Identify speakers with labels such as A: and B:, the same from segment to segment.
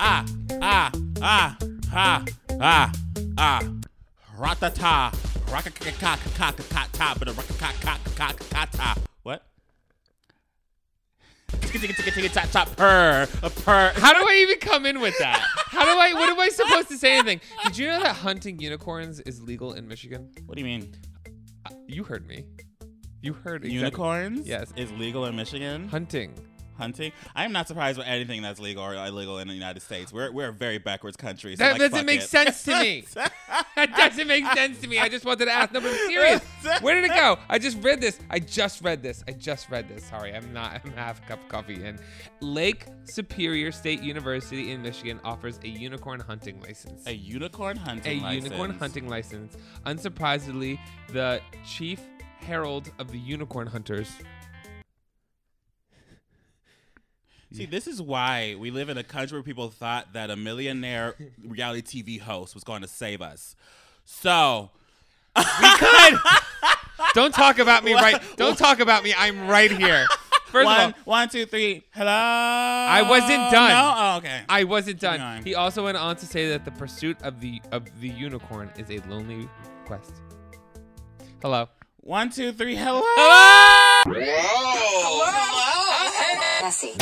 A: ah, ah, ah, ha, ah, ah. Ratata, rakakakakakakata, but a rakakakakakakata. What? Tick-a-tick-a-tick-a-tick-a-tap-tap, purr, a purr.
B: How do I even come in with that? How do I? What am I supposed to say? Anything? Did you know that hunting unicorns is legal in Michigan?
A: What do you mean?
B: Uh, You heard me. You heard exactly.
A: Unicorns?
B: Yes.
A: Is legal in Michigan?
B: hunting.
A: Hunting? I am not surprised with anything that's legal or illegal in the United States. We're, we're a very backwards country. So
B: That
A: like,
B: doesn't
A: fuck
B: make
A: it.
B: sense to me. that doesn't make sense to me. I just wanted to ask. No, but I'm serious. Where did it go? I just read this. I just read this. I just read this. Sorry, I'm not. I'm half a cup of coffee in. Lake Superior State University in Michigan offers a unicorn hunting license.
A: A unicorn
B: a
A: hunting license.
B: unicorn hunting license. Unsurprisingly, the chief herald of the unicorn hunters.
A: See, this is why we live in a country where people thought that a millionaire reality TV host was going to save us. So,
B: Don't talk about me right. Don't talk about me. I'm right here. First of all,
A: one, one, two, three. Hello. I
B: wasn't done.
A: No? Oh, okay.
B: I wasn't done.
A: going.
B: He also went on to say that the pursuit of the of the unicorn is a lonely quest. Hello.
A: one, two, three. Hello. Oh,
C: messy.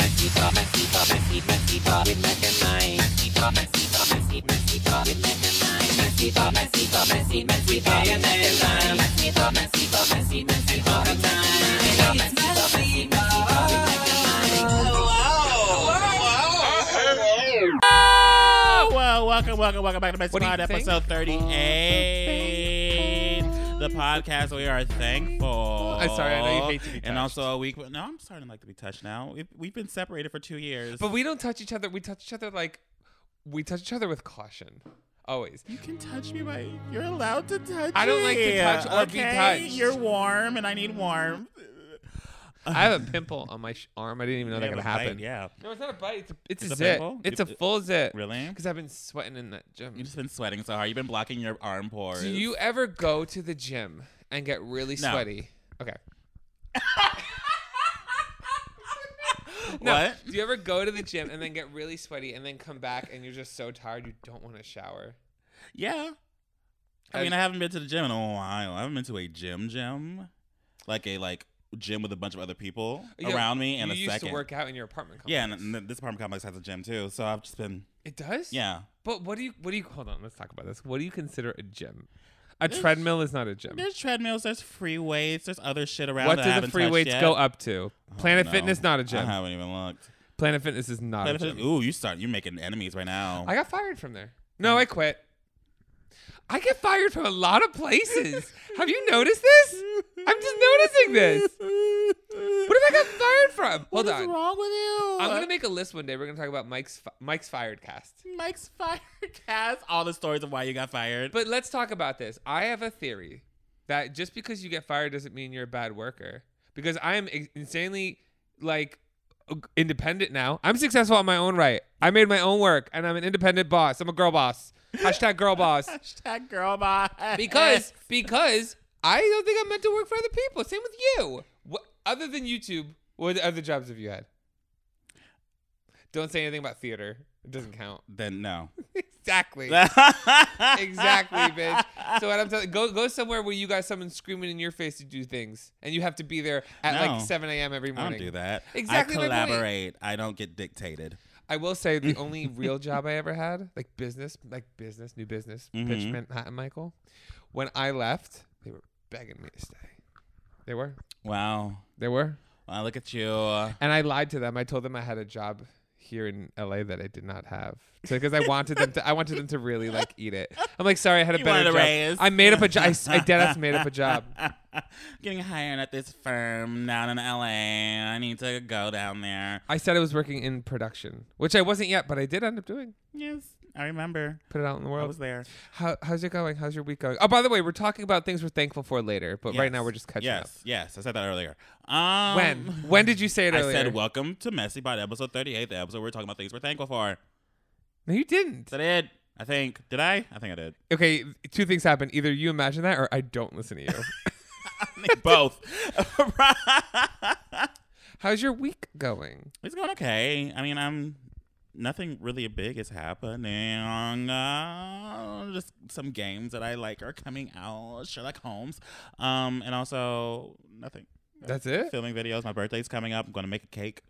A: Well, welcome, welcome, welcome back to Best
B: What do you
A: Pod,
B: think?
A: episode 38. The podcast we are thankful.
B: I'm sorry, I know you hate to be
A: And
B: touched.
A: also a week. No, I'm starting to like to be touched now. We've, we've been separated for two years.
B: But we don't touch each other. We touch each other like we touch each other with caution. Always.
A: You can touch me, but you're allowed to touch.
B: I don't
A: me.
B: like to touch or be
A: okay?
B: touched.
A: You're warm, and I need warm.
B: I have a pimple on my sh- arm. I didn't even know that
A: Yeah,
B: could
A: but light,
B: happen.
A: Yeah,
B: No, it's not a bite. It's a, it's
A: It's
B: a,
A: a
B: zit.
A: pimple?
B: It's
A: You-
B: a full zit.
A: really?
B: Because I've been sweating in that gym.
A: You've just been sweating so hard. You've been blocking your arm pores.
B: Do you ever go to the gym and get really
A: No.
B: sweaty? Okay. No.
A: What?
B: Do you ever go to the gym and then get really sweaty and then come back and you're just so tired you don't want to shower?
A: Yeah. I
B: I-
A: mean, I haven't been to the gym in a while. I haven't been to a gym gym, like a like gym with a bunch of other people
B: Yeah,
A: around me in
B: you
A: a
B: used
A: second.
B: to work out in your apartment complex.
A: yeah, and, and this apartment complex has a gym too, so I've just been
B: it does.
A: yeah.
B: But what do you? What do you? Hold on. Let's talk about this. What do you consider a gym? A treadmill is not a gym.
A: There's treadmills, there's free weights, there's other shit around.
B: What
A: that I
B: do the
A: haven't
B: free
A: touched
B: weights
A: yet. Oh,
B: go up to? Planet
A: No.
B: Fitness not a gym.
A: I haven't even looked.
B: Planet Fitness is not a
A: Planet
B: gym.
A: Fitness- Ooh, you start. You're making enemies right now.
B: I got fired from there.
A: Uh-huh.
B: No, I quit. I get fired from a lot of places. Have you noticed this? I'm just noticing this. What if I got fired from?
A: What
B: Hold
A: is
B: on.
A: wrong with you?
B: I'm gonna make a list one day. We're gonna talk about Mike's fi- Mike's fired cast.
A: Mike's fired cast. All the stories of why you got fired.
B: But let's talk about this. I have a theory that just because you get fired doesn't mean you're a bad worker. Because I am ex- insanely like independent now. I'm successful on my own right. I made my own work, and I'm an independent boss. I'm a girl boss. Hashtag girl boss.
A: Hashtag girl boss.
B: because because I don't think I'm meant to work for other people. Same with you. What, other than YouTube, what other jobs have you had? Don't say anything about theater. It doesn't count.
A: then no.
B: Exactly. exactly, bitch. So what I'm telling, go go somewhere where you got someone screaming in your face to do things, and you have to be there at
A: No.
B: like 7 a.m. every
A: I don't
B: morning.
A: do that.
B: Exactly
A: I
B: my point.
A: collaborate. I don't get dictated.
B: I will say the only real job I ever had, like business, like business, new business,
A: Mhm.
B: Pitch Manhattan Michael. When I left, they were begging me to stay. They were.
A: Wow.
B: They were.
A: Wow, look at you.
B: And I lied to them. I told them I had a job here in LA that I did not have. So because I wanted them to I wanted them to really like eat it. I'm like, sorry, I had a
A: You
B: better
A: wanted a
B: job.
A: raise.
B: I made up a job. I, s- I dead ass made up a job.
A: Getting hired at this firm down in LA. I need to go down there.
B: I said I was working in production, which I wasn't yet, but I did end up doing.
A: Yes, I remember.
B: Put it out in the
A: I
B: world.
A: was there.
B: How, how's it going? How's your week going? Oh, by the way, we're talking about things we're thankful for later, but right now
A: Yes.
B: we're just catching
A: yes. Yes, I said that earlier. Um,
B: up. When? When did you say it
A: I
B: earlier?
A: said, welcome to Messy Pod, episode 38, the episode where we're talking about things we're thankful for.
B: No, you didn't.
A: Is that it? I think. Did I? I think I did.
B: Okay, two things happen. Either you imagine that, or I don't listen to you.
A: I think both.
B: how's your week going?
A: it's going okay. I mean, I'm nothing really big is happening. Uh, just some games that I like are coming out. Sherlock Holmes, um, and also nothing.
B: That's it.
A: Filming videos. My birthday's coming up. I'm gonna make a cake.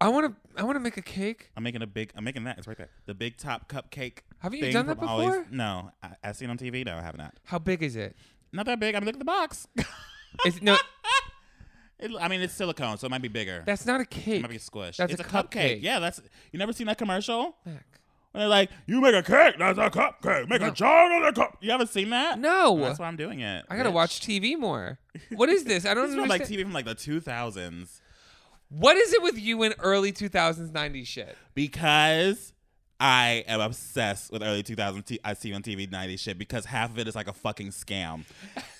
B: I want to. I want to make a cake.
A: I'm making a big. I'm making that. It's right there. The big top cupcake.
B: Haven't you
A: thing
B: done that
A: from Ollie's-
B: before?
A: no, I, I seen on TV. No, I have not.
B: How big is it?
A: Not that big. I mean, look at the box.
B: It's no.
A: It, I mean, it's silicone, so it might be bigger.
B: That's not a
A: it
B: cake.
A: might be squished.
B: That's
A: it's
B: a
A: a, cupcake.
B: cupcake.
A: Yeah, that's. You never seen that commercial?
B: Mac.
A: When they're like, "You make a cake, that's a cupcake. Make
B: No.
A: a child of a cup." You haven't seen that?
B: No.
A: That's why I'm doing it.
B: I gotta
A: bitch.
B: watch TV more. What is this? I don't
A: This is from like
B: understand.
A: TV from like the 2000s
B: what is it with you and early 2000s 90s shit?
A: because I am obsessed with early 2000s t- I see on TV 90s shit because half of it is like a fucking scam,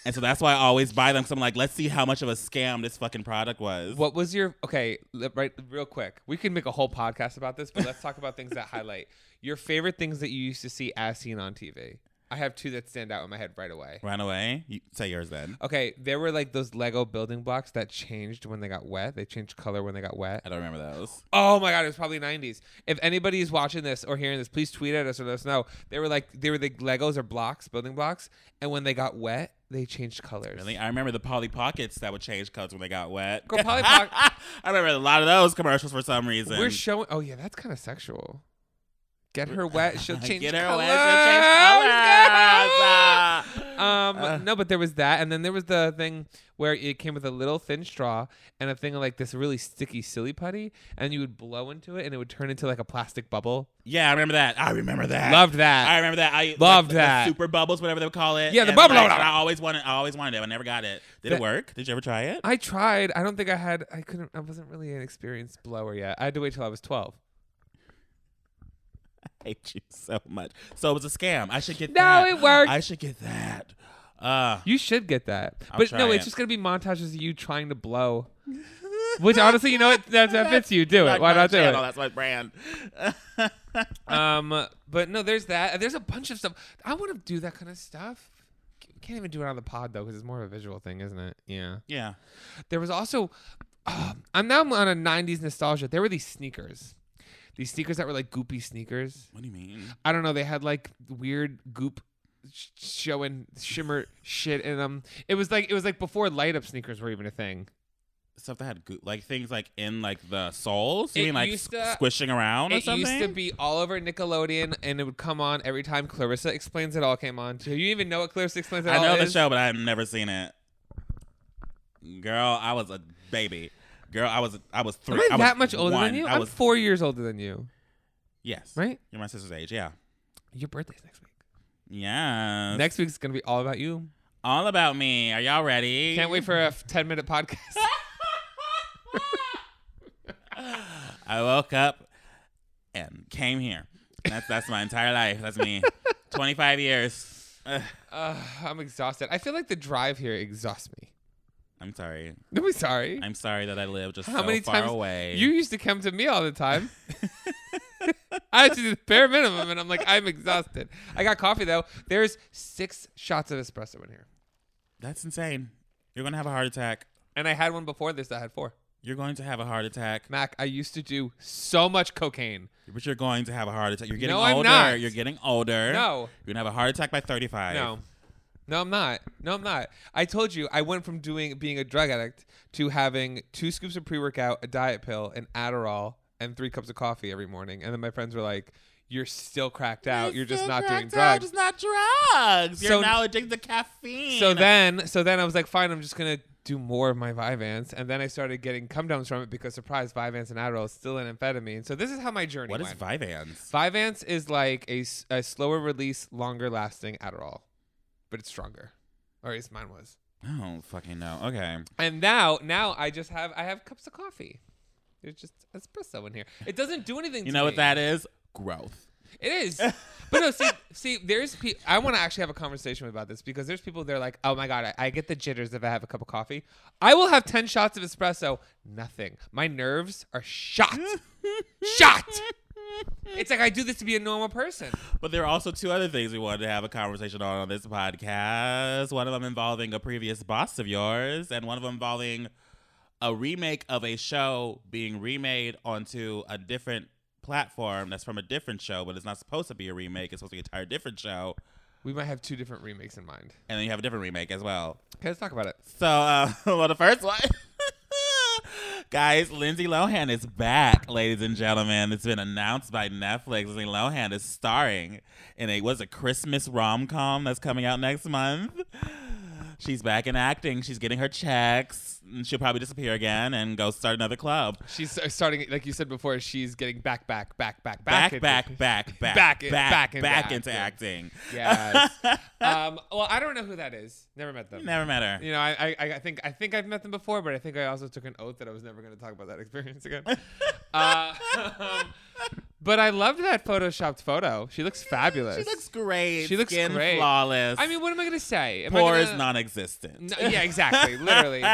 A: and so that's why I always buy them. Cause I'm like, let's see how much of a scam this fucking product was.
B: What was your okay? l- Right, real quick. We could make a whole podcast about this, but let's talk about things that highlight your favorite things that you used to see as seen on TV. I have two that stand out in my head right away.
A: Run away. You, say yours then.
B: Okay, there were like those Lego building blocks that changed when they got wet. They changed color when they got wet.
A: I don't remember those.
B: Oh my god, it was probably 90s. If anybody's watching this or hearing this, please tweet at us or let us know. They were like they were the Legos or blocks, building blocks, and when they got wet, they changed colors.
A: Really? I remember the Polly Pockets that would change colors when they got wet.
B: Girl, Polly Pock-
A: I remember a lot of those commercials for some reason.
B: We're showing. Oh yeah, that's kind of sexual. Get Uh, her wet, she'll change
A: Get her
B: colors.
A: wet, she'll change colors. Ah.
B: Um,
A: Uh.
B: no, but there was that, and then there was the thing where it came with a little thin straw and a thing of like this really sticky silly putty, and you would blow into it, and it would turn into like a plastic bubble.
A: yeah, I remember that. I remember that.
B: Loved that.
A: I remember that. I
B: Loved
A: like,
B: that.
A: The super bubbles, whatever they would call it.
B: Yeah, the
A: And,
B: bubble-
A: like, and I always wanted. I always wanted it. but I never got it. Did
B: That-
A: it work? Did you ever try it?
B: I tried. I don't think I had. I couldn't. I wasn't really an experienced blower yet. I had to wait till I was twelve.
A: hate you so much. So it was a scam. I should get
B: No,
A: that.
B: it worked.
A: I should get that. Uh,
B: You should get that.
A: I'll
B: but
A: try
B: no,
A: it.
B: it's just gonna be montages of you trying to blow. Which honestly, you know what? That, that fits you. Do it. Why not do it?
A: That's my brand. Uh,
B: Um, but no, there's that. There's a bunch of stuff. I want to do that kind of stuff. C- Can't even do it on the pod though, because it's more of a visual thing, isn't it? Yeah.
A: yeah.
B: There was also, um, I'm now on a '90s nostalgia. There were these sneakers, these sneakers that were like goopy sneakers.
A: What do you mean?
B: I don't know. They had like weird goop sh- showing shimmer shit in them. It was like it was like before light up sneakers were even a thing.
A: Stuff that had goo- like things like in like the soles. You
B: It
A: mean like
B: used
A: squ-
B: to-
A: squishing around or
B: It
A: something?
B: used to be all over Nickelodeon, and it would come on every time Clarissa Explains It All came on. Do you even know what Clarissa Explains It
A: I
B: All
A: know
B: is?
A: the show, but I've never seen it. Girl, I was a baby. Girl, I was I was three.
B: Am I,
A: was
B: that much older
A: one.
B: than you?
A: I
B: I'm
A: was
B: four years older than you,
A: yes.
B: right?
A: You're my sister's age. Yeah.
B: Your birthday's next week.
A: Yes.
B: Next week's gonna be all about you.
A: all about me. Are y'all ready?
B: Can't wait for a f- 10 minute podcast.
A: I woke up and came here. That's that's my entire life. That's me. Twenty five years. Ugh,
B: uh, I'm exhausted. I feel like the drive here exhausts me.
A: I'm sorry.
B: Don't be sorry.
A: I'm sorry that I live just
B: How
A: so
B: many
A: far
B: times
A: away.
B: you used to come to me all the time? I had to do the bare minimum, and I'm like, I'm exhausted. I got coffee though. There's six shots of espresso in here,
A: that's insane. You're gonna have a heart attack.
B: and I had one before this. I had four.
A: You're going to have a heart attack.
B: Mac, I used to do so much cocaine.
A: But you're going to have a heart attack. You're getting
B: No, I'm
A: older.
B: not.
A: You're getting older.
B: No.
A: You're gonna have a heart attack by 35.
B: No. No, I'm not. No, I'm not. I told you I went from doing being a drug addict to having two scoops of pre-workout, a diet pill, an Adderall, and three cups of coffee every morning. And then my friends were like, "You're still cracked out. You're, just not doing drugs."
A: Just not drugs. You're
B: So-
A: now addicted to caffeine.
B: So then, so then I was like, "Fine, I'm just gonna do more of my Vyvanse." And then I started getting come downs from it because, surprise, Vyvanse and Adderall is still an amphetamine. So this is how my journey
A: what is
B: went.
A: Vyvanse?
B: Vyvanse is like a, s- a slower release, longer lasting Adderall, but it's stronger. Or at least mine was.
A: I don't fucking know. Okay.
B: And now, now I just have I have cups of coffee. There's just espresso in here. It doesn't do anything.
A: You
B: to
A: know what
B: me.
A: that is? Growth.
B: It is. But no, see, see, there's. Pe- I want to actually have a conversation about this because there's people that are like, "Oh my god, I, I get the jitters if I have a cup of coffee. I will have ten shots of espresso. Nothing. My nerves are shot, shot. It's like I do this to be a normal person.
A: But there are also two other things we wanted to have a conversation on on this podcast. One of them involving a previous boss of yours, and one of them involving a remake of a show being remade onto a different platform that's from a different show, but it's not supposed to be a remake. It's supposed to be an entire different show,
B: We might have two different remakes in mind.
A: and then you have a different remake as well.
B: Okay, let's talk about it.
A: So, uh, well, the first one, guys, Lindsay Lohan is back, ladies and gentlemen. It's been announced by Netflix. Lindsay Lohan is starring in a was a Christmas rom com that's coming out next month. She's back in acting. She's getting her checks. and She'll probably disappear again and go start another club.
B: She's uh, starting, like you said before, she's getting back, back, back, back,
A: Back,
B: into-
A: back, back, back,
B: Back in- back into
A: into acting.
B: Yes. um, well, I don't know who that is. Never met them.
A: Never met her.
B: You know, I, I, I think I think I've met them before, but I think I also took an oath that I was never going to talk about that experience again. uh, but I loved that photoshopped photo. She looks fabulous.
A: She looks great.
B: She looks
A: Skin
B: great.
A: flawless.
B: I mean, what am I going to say? Am I
A: pores
B: gonna-
A: non-existent.
B: No, yeah, exactly. Literally.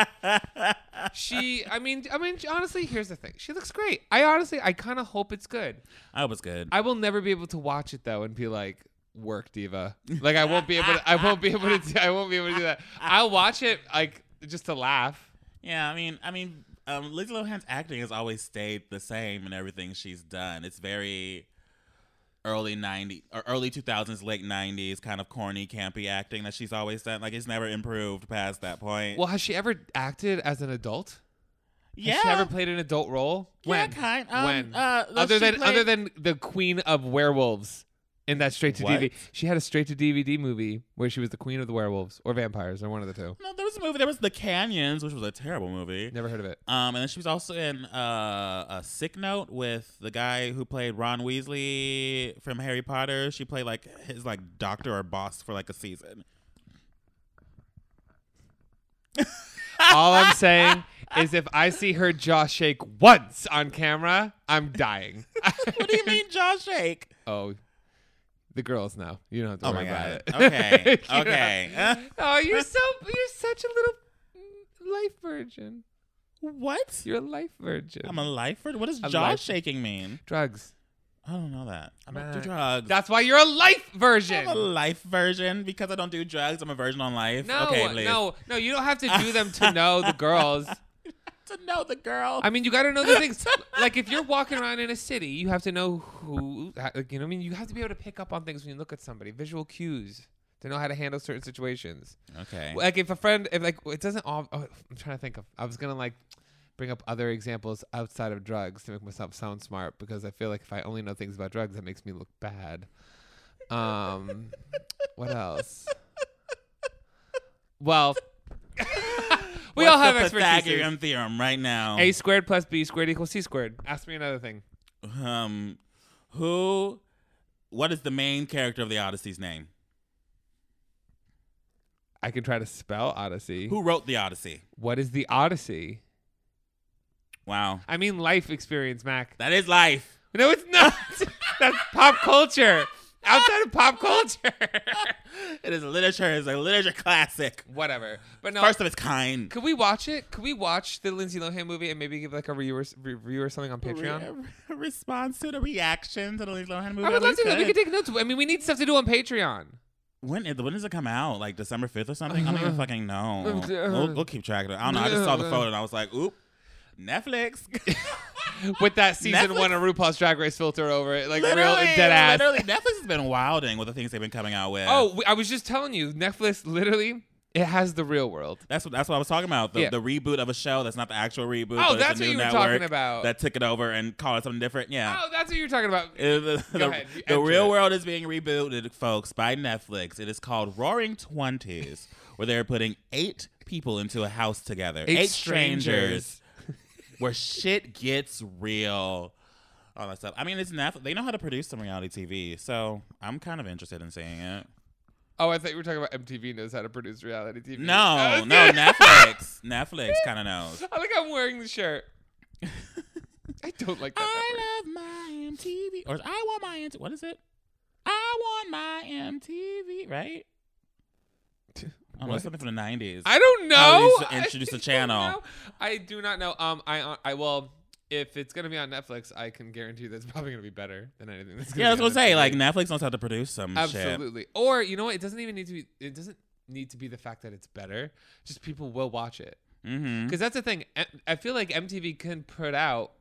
B: she. I mean. I mean. Honestly, here's the thing. She looks great. I honestly. I kind of hope it's good.
A: I was good.
B: I will never be able to watch it though and be like work diva. Like I won't be able to I won't be able to do, I won't be able to do that. I'll watch it like just to laugh.
A: Yeah, I mean, I mean, um, Lindsay Lohan's acting has always stayed the same in everything she's done. It's very early '90s or early 2000s, late 90s kind of corny, campy acting that she's always done. Like it's never improved past that point.
B: Well, has she ever acted as an adult?
A: yeah,
B: Has she ever played an adult role?
A: Yeah,
B: When?
A: kind- um,
B: when?
A: uh, well,
B: other
A: she
B: than
A: played-
B: other than the queen of werewolves in that straight to DVD.
A: What?
B: She had a straight to DVD movie where she was the queen of the werewolves or vampires or one of the two.
A: no, there was a movie. There was The Canyons, which was a terrible movie.
B: Never heard of it.
A: Um, and then she was also in uh, a sick note with the guy who played Ron Weasley from Harry Potter. She played like his like doctor or boss for like a season.
B: All I'm saying is if I see her jaw shake once on camera, I'm dying.
A: What do you mean, jaw shake?
B: Oh, the girls know. You don't have to
A: Oh
B: worry
A: my
B: about
A: god.
B: it.
A: Okay.
B: You know?
A: okay.
B: Oh, you're so you're such a little mm, life virgin.
A: what?
B: You're a life virgin.
A: I'm a lifer. What does
B: A
A: jaw
B: lifer.
A: shaking mean?
B: drugs.
A: I don't know that. I don't do
B: Mac.
A: drugs.
B: That's why you're a life virgin.
A: I'm a life version because I don't do drugs. I'm a virgin on life.
B: no,
A: okay, Liz.
B: no, no. You don't have to do them to know the girls.
A: To know the girl.
B: I mean, you got to know the things. Like if you're walking around in a city, you have to know who. ha- Like, you know, what I mean, you have to be able to pick up on things when you look at somebody. Visual cues to know how to handle certain situations.
A: okay.
B: like if a friend if like it doesn't all oh, i'm trying to think of i was gonna like bring up other examples outside of drugs to make myself sound smart because i feel like if i only know things about drugs that makes me look bad um what else well we all
A: What's
B: have
A: the
B: expertise
A: Pythagorean theorem right now.
B: a squared plus b squared equals c squared ask me another thing
A: Um, who? What is the main character of the Odyssey's name?
B: i can try to spell odyssey
A: Who wrote the Odyssey?
B: what is the odyssey
A: Wow,
B: i mean life experience mac
A: that is life.
B: No, it's not. That's pop culture. Outside of pop culture.
A: It is literature. It's a literature classic,
B: Whatever. But no.
A: first of its kind.
B: could we watch it? Could we watch the Lindsay Lohan movie and maybe give like a review or, review or something on Patreon?
A: Re- response to the reaction to the Lindsay Lohan movie.
B: I would love
A: least
B: to. do that. We
A: good.
B: could take notes. I mean, we need stuff to do on Patreon.
A: when, is- when does it come out? Like December 5th or something? I don't even fucking know.
B: Uh,
A: Uh-huh. We'll, uh-huh. we'll keep track of it. I don't know. I just saw the photo and I was like, oop, Netflix.
B: With that season
A: Netflix-
B: one of RuPaul's Drag Race filter over it, like real
A: Literally,
B: dead ass.
A: Literally, Netflix has been wilding with the things they've been coming out with.
B: Oh, we- I was just telling you, Netflix literally it has the real world.
A: That's what that's what I was talking about. The,
B: Yeah.
A: the reboot of a show that's not the actual reboot.
B: Oh,
A: but it's a
B: that's what
A: new
B: you were
A: network
B: talking about.
A: That took it over and called it something different. Yeah.
B: Oh, that's what you're talking about.
A: It- the the-
B: ahead,
A: the
B: enter
A: real
B: it.
A: world is being rebooted, folks, by Netflix. It is called Roaring Twenties, where they're putting eight people into a house together,
B: Eight
A: strangers, where shit gets real. All that stuff. I mean, it's Netflix. They know how to produce some reality TV, so I'm kind of interested in seeing it.
B: Oh, I thought you were talking about MTV knows how to produce reality TV. I
A: No,
B: was
A: no,
B: kidding.
A: Netflix. Netflix kind of knows.
B: I like I'm wearing the shirt. I don't like that. that
A: I love my MTV. Or I want my MTV. What is it? I want my MTV, right? Oh, that's something from the 90s.
B: I don't
A: How
B: know.
A: Oh, you s- introduce
B: I
A: the channel.
B: don't know. I do not know. Um, I I well, if it's gonna be on Netflix, I can guarantee that's probably gonna be better than anything. That's gonna
A: yeah,
B: be
A: that's what I'm
B: on
A: saying.
B: Netflix.
A: Like, Netflix knows how to produce some shit.
B: absolutely. Or you know what? It doesn't even need to be. It doesn't need to be the fact that it's better. Just people will watch it
A: Mm-hmm.
B: because that's the thing. I- I feel like MTV can put out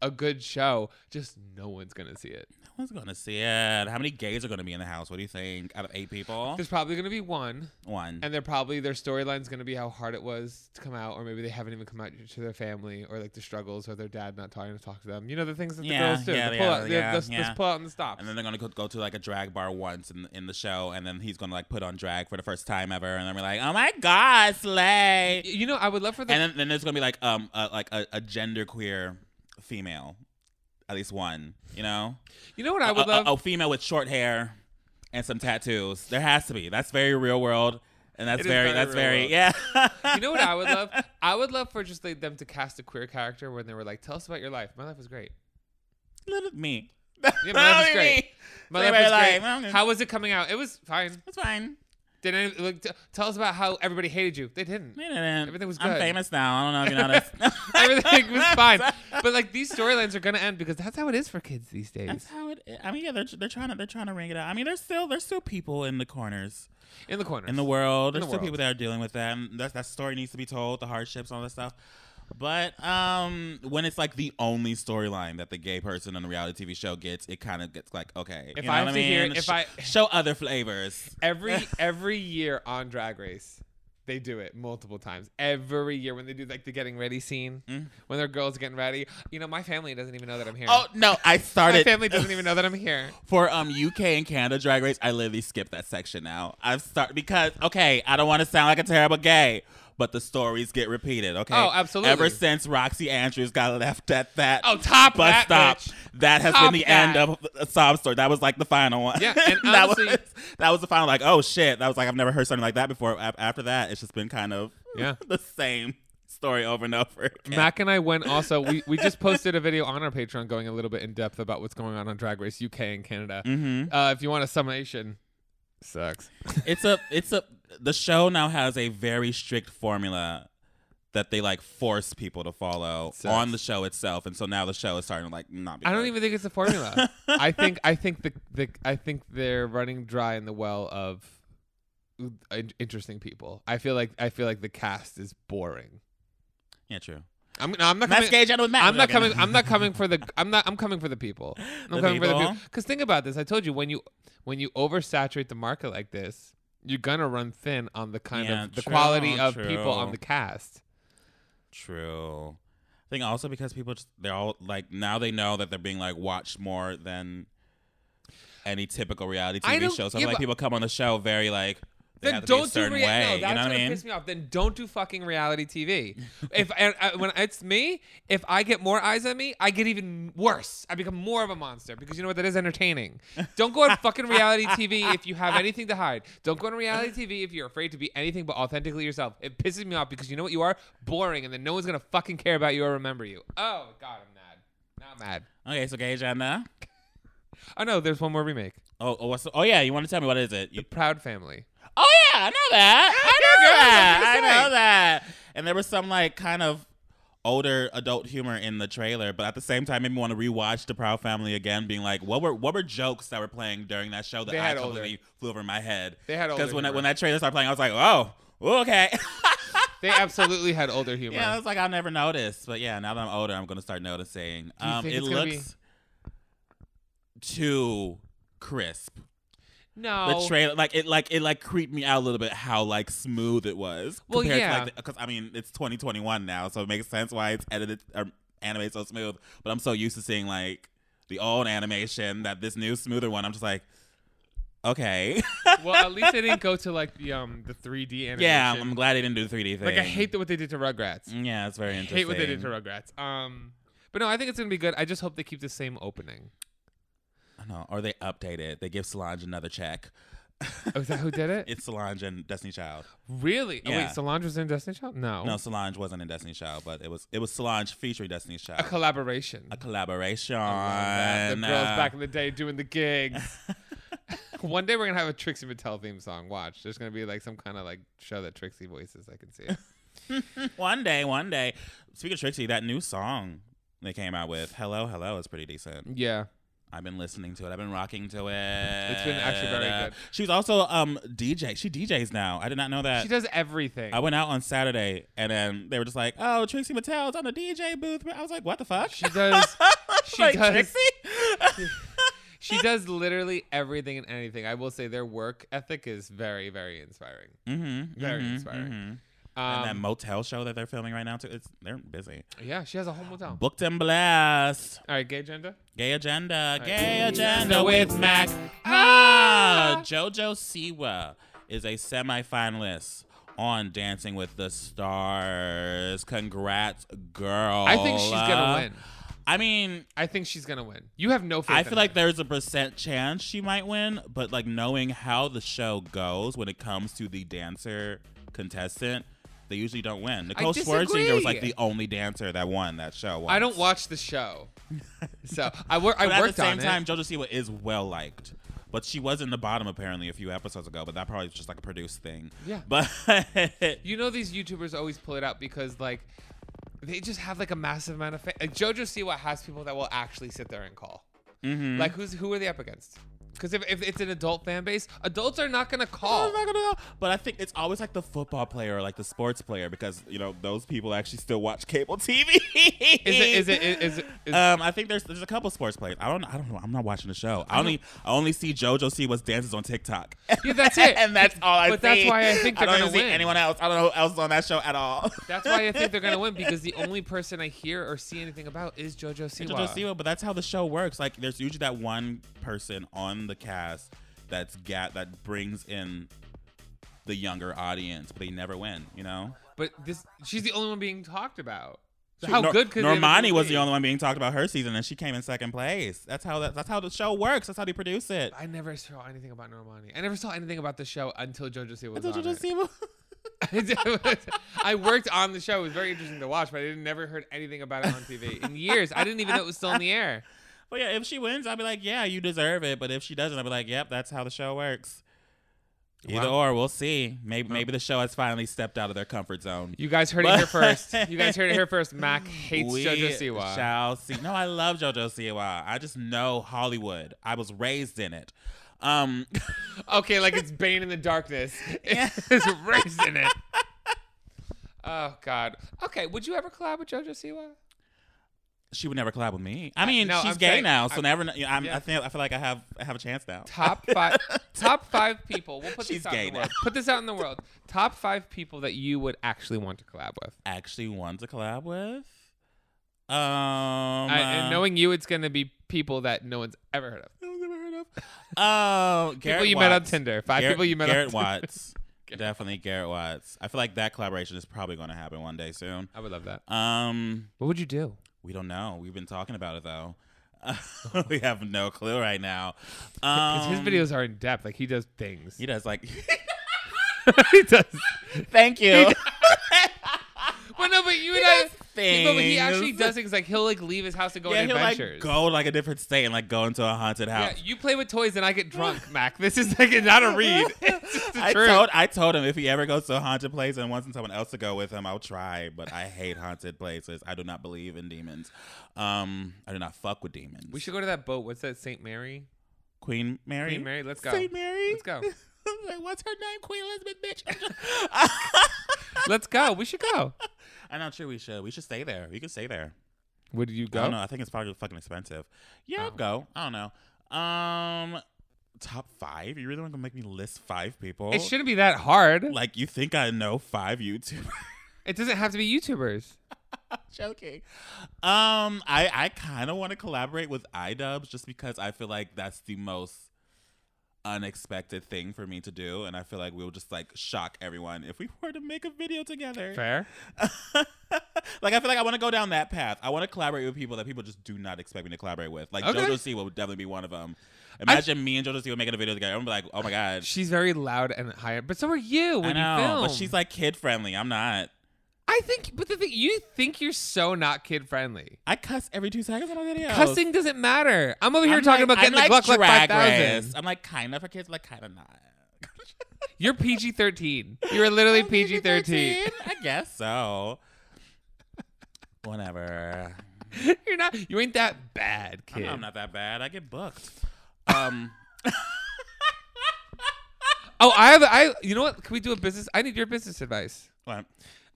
B: a good show. Just no one's gonna see it.
A: No one's gonna see it. How many gays are gonna be in the house? What do you think? Out of eight people,
B: There's probably gonna be one,
A: one.
B: and they're probably their storyline's gonna be how hard it was to come out, or maybe they haven't even come out to their family, or like the struggles, or their dad not talking to talk to them. You know the things that the
A: Yeah,
B: girls do.
A: yeah,
B: the
A: yeah,
B: out, the-
A: yeah,
B: the- the
A: yeah.
B: pull out and the stops.
A: And then they're gonna go, go to like a drag bar once in in the show, and then he's gonna like put on drag for the first time ever, and then we're like, oh my god, slay!
B: you know, I would love for them.
A: And then, then there's gonna be like um a, like a, a gender queer female, at least one, you know,
B: you know what I
A: a,
B: would
A: a-
B: love?
A: a female with short hair and some tattoos. There has to be. That's very real world, and that's
B: It is
A: very,
B: very
A: that's
B: real
A: very
B: world.
A: yeah.
B: you know what I would love? I would love for just like, them to cast a queer character when they were like, "Tell us about your life. My life was great.
A: Little me.
B: Yeah, my life was
A: Little
B: great.
A: me.
B: My
A: Say
B: life was
A: my
B: great.
A: life. Okay.
B: How was it coming out? It was fine.
A: That's fine.
B: Did any, like, t- tell us about how everybody hated you? They didn't.
A: No, no, no.
B: Everything was
A: I'm
B: good.
A: famous now. I don't know if you noticed.
B: Everything was fine. But like these storylines are gonna end because that's how it is for kids these
A: That's
B: days.
A: how it. I mean, yeah, they're they're trying to they're trying to ring it out. I mean, there's still there's still people in the corners
B: In the corners.
A: in the world. There's
B: the
A: still
B: world.
A: people that are dealing with that. And that that story needs to be told, the hardships, all that stuff. But um, when it's like the only storyline that the gay person on the reality TV show gets, it kind of gets like okay.
B: If
A: you know
B: I
A: what
B: have to hear- if I-
A: show other flavors,
B: Every every year on Drag Race, they do it multiple times. Every year when they do like the getting ready scene, when their girls are getting ready. You know, my family doesn't even know that I'm here.
A: oh no, I
B: my
A: started.
B: family doesn't even know that I'm here.
A: for um UK and Canada Drag Race, I literally skipped that section now. I've start because okay, I don't want to sound like a terrible gay, but the stories get repeated. Okay,
B: Oh, absolutely.
A: Ever since Roxy Andrews got left at that
B: Oh, top
A: bus stop,
B: that, bitch.
A: that has
B: Top
A: been the end
B: that.
A: of a sob story. That was like the final one.
B: Yeah, and
A: that
B: honestly-
A: was that was the final. Like, oh shit, that was like I've never heard something like that before. A- After that, it's just been kind of
B: Yeah.
A: the same story over and over. again.
B: Mac and I went also. We, we just posted a video on our Patreon going a little bit in depth about what's going on on Drag Race UK and Canada.
A: Mm-hmm.
B: Uh, if you want a summation, sucks.
A: it's a it's a the show now has a very strict formula that they like force people to follow
B: Sucks.
A: on the show itself and so now the show is starting to like not be
B: I don't
A: good.
B: even think it's a formula. I think I think the, the I think they're running dry in the well of in- interesting people. I feel like I feel like the cast is boring.
A: yeah true
B: I'm, no, I'm not.
A: Matt's
B: Coming,
A: gay gentleman Matt
B: I'm not
A: Rogan.
B: coming. I'm not coming for the. I'm not. I'm coming for the people. I'm
A: The
B: coming for the
A: people?
B: people. Because think about this. I told you when you when you oversaturate the market like this, you're gonna run thin on the kind
A: Yeah,
B: of the
A: true,
B: quality of people on
A: true.
B: the cast.
A: true I think also because people just they're all like now they know that they're being like watched more than any typical reality
B: I
A: TV
B: don't-
A: show so
B: yeah,
A: like
B: but-
A: people come on the show very like they
B: Then
A: have to be a
B: don't do
A: certain
B: reality.
A: way
B: no, that's
A: you know
B: what
A: what I mean
B: pissed me off. Then don't do fucking reality TV. if and I, when it's me, if I get more eyes on me, I get even worse. I become more of a monster because you know what? That is entertaining. Don't go on fucking reality TV if you have anything to hide. Don't go on reality TV if you're afraid to be anything but authentically yourself. It pisses me off because you know what? You are boring, and then no one's gonna fucking care about you or remember you. Oh God, I'm mad. Not mad.
A: okay so gay agenda
B: Oh no, there's one more remake.
A: oh oh, what's the, oh yeah you want to tell me what is it You-
B: Proud Family.
A: Oh yeah, I know that. I
B: Yeah,
A: know
B: girl,
A: that. I
B: that's what I'm
A: know that. And there was some like kind of older adult humor in the trailer, but at the same time made me want to rewatch The Proud Family again, being like, what were what were jokes that were playing during that show that
B: They
A: I
B: had older.
A: completely flew over my head?
B: They had older
A: because when that,
B: humor.
A: when that trailer started playing, I was like, oh, okay.
B: They absolutely had older humor.
A: yeah, I was like, I've never noticed, but yeah, now that I'm older, I'm gonna start noticing.
B: you
A: Um,
B: think
A: it
B: it's gonna
A: looks too crisp.
B: no.
A: the trailer like it like it like creeped me out a little bit how like smooth it was
B: Well,
A: compared
B: yeah.
A: to like because i mean it's 2021 now so it makes sense why it's edited or animated so smooth but i'm so used to seeing like the old animation that this new smoother one i'm just like okay
B: well, at least they didn't go to like the um the 3D animation.
A: yeah I'm, I'm glad they didn't do the 3d thing
B: like I hate the, what they did to Rugrats.
A: yeah it's very interesting
B: hate what they did to Rugrats. Um, but no, I think it's gonna be good. I just hope they keep the same opening.
A: I know, or they update it they give solange another check
B: Oh, is that who did it?
A: it's solange and destiny child
B: really? Oh
A: Yeah.
B: wait, Solange was in Destiny Child. No,
A: no solange wasn't in destiny child but it was it was solange featuring destiny child
B: a collaboration.
A: a collaboration
B: the girls
A: Uh,
B: back in the day doing the gigs. One day we're gonna have a Trixie Mattel theme song. Watch, there's gonna be like some kind of like show that Trixie voices. I can see it.
A: One day, one day. Speaking of Trixie, that new song they came out with, "Hello, Hello," is pretty decent.
B: yeah,
A: I've been listening to it. I've been rocking to it.
B: It's been actually very
A: Uh,
B: good.
A: She's also um DJ. She DJs now. I did not know that.
B: She does everything.
A: I went out on Saturday and then they were just like, "Oh, Trixie Mattel's on the DJ booth." I was like, "What the fuck?"
B: she does. She
A: like,
B: does.
A: Trixie?
B: She does literally everything and anything. I will say their work ethic is very, very inspiring.
A: mm-hmm,
B: Very inspiring.
A: And that
B: Um,
A: motel show that they're filming right now too. It's they're busy.
B: yeah, she has a whole motel.
A: Booked and blast.
B: All right, gay agenda.
A: Gay agenda. Gay agenda
B: Agenda
A: with
B: with
A: Mac. Ah, JoJo Siwa is a semifinalist on Dancing with the Stars. Congrats, girl. Uh,
B: I think she's gonna win.
A: I mean,
B: I think she's gonna win. You have no faith.
A: I
B: in
A: feel like
B: her.
A: there's a percent chance she might win, but like knowing how the show goes when it comes to the dancer contestant, they usually don't win. Nicole Swerzinger was like
B: disagree.
A: the only dancer that won that show. Once.
B: I don't watch the show, so I wor-
A: But
B: I
A: at the
B: worked
A: same
B: on
A: time,
B: it.
A: JoJo Siwa is well liked, but she was in the bottom apparently a few episodes ago. But that probably was just like a produced thing.
B: Yeah.
A: but
B: You know these YouTubers always pull it out because like they just have like a massive amount of fa- like JoJo Siwa has people that will actually sit there and call.
A: Mhm.
B: Like who's who are they up against? Because if, if it's an adult fan base, adults are not gonna
A: I'm
B: call.
A: not gonna know. But I think it's always like the football player or like the sports player because you know those people actually still watch cable TV.
B: Is it is it is, it, is
A: Um, I think there's there's a couple sports players. I don't I don't know. I'm not watching the show. I only I only see JoJo see what's dances on TikTok.
B: Yeah, that's it.
A: and that's all I
B: But
A: see.
B: that's why I think
A: I
B: they're
A: don't
B: gonna
A: even see
B: win.
A: anyone else. I don't know who else is on that show at all.
B: that's why I think they're gonna win because the only person I hear or see anything about is JoJo Siwa.
A: JoJo Siwa, but that's how the show works. Like there's usually that one person on the cast that's got that brings in the younger audience, but they never win, you know?
B: But this, she's the only one being talked about. So
A: Shoot,
B: how
A: Nor-
B: good could they ever
A: Normani was
B: be?
A: the only one being talked about her season, and she came in second place. That's how that, that's how the show works. That's how they produce it.
B: I never saw anything about Normani. I never saw anything about the show until JoJo Siwa was
A: Did you
B: on
A: just
B: it.
A: see what-
B: I worked on the show. It was very interesting to watch, but I didn't never heard anything about it on TV in years. I didn't even know it was still in the air.
A: Well, yeah, if she wins, I'll be like, yeah, you deserve it. But if she doesn't, I'll be like, yep, that's how the show works. Either
B: Wow.
A: or, we'll see. Maybe maybe the show has finally stepped out of their comfort zone.
B: You guys heard it
A: But-
B: here first. You guys heard it here first. Mac hates
A: we
B: JoJo Siwa.
A: shall see. No, I love JoJo Siwa. I just know Hollywood. I was raised in it. Um,
B: Okay, like it's Bane in the darkness. It's raised in it. Oh God. Okay, would you ever collab with JoJo Siwa?
A: she would never collab with me. I mean,
B: no,
A: she's
B: I'm
A: gay
B: saying-
A: now, so
B: I'm-
A: never. You know, I'm,
B: yeah.
A: I think I feel like I have I have a chance now.
B: Top five. top five people. We'll put
A: She's
B: this out
A: gay
B: in
A: now.
B: the world. Put this out in the world. Top five people that you would actually want to collab with.
A: Actually, want to collab with. Um,
B: I- and
A: uh,
B: knowing you, it's gonna be people that no one's ever heard of.
A: I've uh, never heard of. Oh, Garrett
B: people you
A: Watts.
B: met on Tinder. Five
A: Garrett,
B: people you met
A: Garrett
B: on Tinder.
A: Watts. Definitely Garrett Watts. I feel like that collaboration is probably going to happen one day soon.
B: I would love that.
A: Um,
B: What would you do?
A: we don't know. We've been talking about it though. we have no clue right now. Um,
B: 'Cause his videos are in depth. Like he does things.
A: He does like.
B: he does.
A: Thank you.
B: Well, no, but you and I.
A: does
B: He, but he actually
A: things.
B: does things. Like he'll like leave his house and go
A: yeah,
B: on
A: he'll
B: adventures.
A: like go to, like a different state and like go into a haunted
B: Yeah,
A: house.
B: you play with toys and I get drunk, Mac. This is like not a read. It's just the
A: I
B: truth.
A: told I told him if he ever goes to a haunted place and wants someone else to go with him, I'll try. But I hate haunted places. I do not believe in demons. Um, I do not fuck with demons.
B: we should go to that boat. What's that? St. Mary?
A: Queen Mary.
B: Queen Mary, let's go.
A: Saint Mary.
B: Let's go.
A: like, what's her name? Queen Elizabeth, bitch.
B: Let's go. We should go.
A: I'm not sure we should. We should stay there. We could stay there.
B: Would you
A: I
B: go?
A: don't know. I think it's probably fucking expensive. Yeah, I'll
B: Oh.
A: go. I don't know. Um, top five. You really want to make me list five people?
B: It shouldn't be that hard.
A: Like you think I know five YouTubers?
B: It doesn't have to be YouTubers.
A: Joking. Um, I I kind of want to collaborate with iDubbbz just because I feel like that's the most unexpected thing for me to do, and I feel like we'll just like shock everyone if we were to make a video together.
B: Fair.
A: like I feel like I want to go down that path. I want to collaborate with people that people just do not expect me to collaborate with. Like
B: Okay.
A: JoJo Siwa would definitely be one of them. Imagine me and JoJo Siwa making a video together. I'm gonna be like, oh my god.
B: She's very loud and high, but so are you
A: I
B: when you
A: know,
B: film.
A: but she's like kid friendly. I'm not.
B: I think, but the thing, you think you're so not kid friendly.
A: I cuss every two seconds on my video.
B: Cussing doesn't matter. I'm over here
A: Oh. I'm
B: talking
A: like-
B: about getting
A: I'm
B: the Gluck like
A: Drag
B: 5000.
A: Race. I'm like kind of for kids, like kind of not.
B: You're PG 13. You're
A: Oh,
B: literally PG 13.
A: I guess so. Whatever.
B: You're not. You ain't that bad, kid.
A: I'm not that bad. I get booked. Um,
B: Oh, I have. I. You know what? Can we do a business? I need your business advice.
A: what?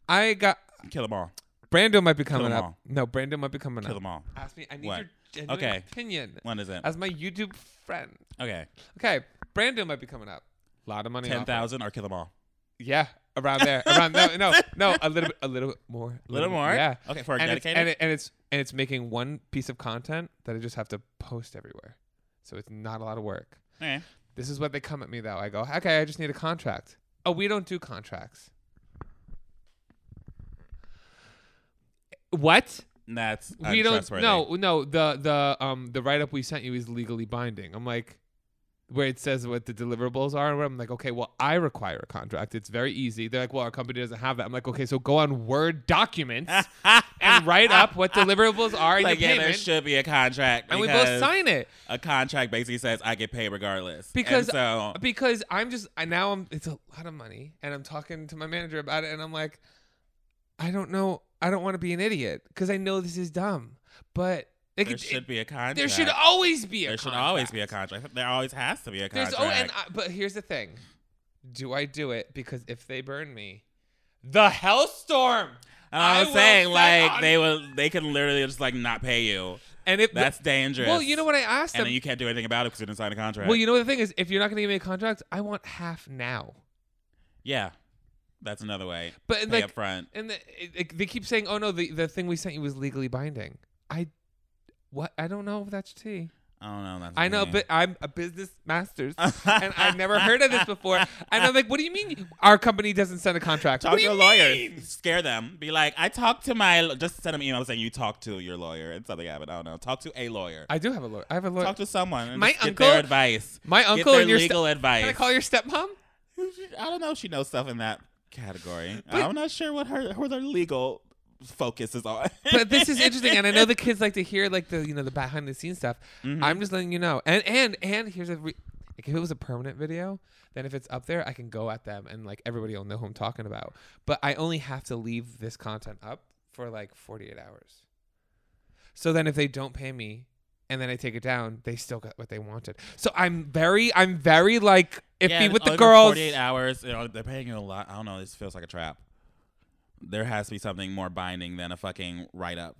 B: I got.
A: Kill them all.
B: Brando might be coming
A: them
B: up.
A: all.
B: No, Brando might be coming
A: Kill
B: up.
A: them all.
B: Ask me. I need
A: What?
B: your genuine
A: Okay.
B: opinion
A: When is it?
B: as my YouTube friend.
A: Okay,
B: Okay, Brando might be coming up. A lot of money. off
A: ten
B: it.
A: thousand or kill them all.
B: Yeah, around there. Around no, no, no. A little bit. A little bit more. A
A: Little more?
B: Mm, Yeah.
A: Okay, for a
B: and
A: dedicated?
B: It's, and, it, and it's and it's making one piece of content that I just have to post everywhere. So it's not a lot of work.
A: Okay.
B: This is what they come at me though. I go, okay, I just need a contract. Oh, we don't do contracts. What?
A: That's
B: we don't.
A: untrustworthy.
B: No, no. The the um the write up we sent you is legally binding. I'm like, where it says what the deliverables are. Where I'm like, okay, well, I require a contract. It's very easy. They're like, well, our company doesn't have that. I'm like, okay, so go on Word documents and write up what deliverables are in
A: Like,
B: your
A: yeah, there
B: payment,
A: should be a contract.
B: and we both
A: because
B: sign it
A: A contract basically says I get paid regardless. And
B: because
A: so
B: because I'm just I now I'm it's a lot of money and I'm talking to my manager about it and I'm like I don't know I don't want to be an idiot because I know this is dumb but like
A: there
B: it-
A: should
B: it-
A: be a contract.
B: there should always be a
A: There should
B: contract.
A: always be a contract. There always has to be a
B: There's
A: contract.
B: oh and I, but here's the thing do I do it because if they burn me the hellstorm
A: And I'm
B: I
A: saying
B: will
A: like
B: set on-
A: they will they can literally just like not pay you.
B: and it
A: That's dangerous.
B: well you know what I asked
A: And
B: them
A: then you can't do anything about it because you didn't sign a contract.
B: well you know what the thing is if you're not going to give me a contract I want half now
A: yeah, that's another way.
B: but
A: Pay
B: like
A: up front.
B: And the, it, it, they keep saying, "Oh no, the, the thing we sent you was legally binding." I, what? I don't know if that's tea.
A: I don't know. That's
B: I know,
A: me.
B: but I'm a business master's, and I've never heard of this before. And I'm like, "What do you mean our company doesn't send a contract?"
A: talk
B: what
A: to
B: do
A: your
B: you
A: lawyer.
B: mean?
A: Scare them. Be like, I talked to my. Just send them an email saying you talked to your lawyer and something happened. I don't know. Talk to a lawyer.
B: I do have a lawyer. I have a lawyer.
A: talk to someone. And
B: My
A: just get their
B: uncle-
A: advice.
B: my
A: Get
B: uncle
A: their
B: and your
A: legal advice.
B: Can I call your stepmom?
A: I don't know if she knows stuff in that category. I'm not sure what her what her legal focus is on.
B: But this is interesting, and I know the kids like to hear like the you know the behind the scenes stuff. I'm just letting you know. And and and here's a re- like if it was a permanent video, then if it's up there, I can go at them and like everybody will know who I'm talking about. But I only have to leave this content up for like 48 hours. So then if they don't pay me and then I take it down, they still got what they wanted. So I'm very I'm very like iffy
A: Yeah,
B: with
A: it's
B: the
A: over
B: girls.
A: 48 hours. You know, they're paying you a lot. I don't know. This feels like a trap. There has to be something more binding than a fucking write up.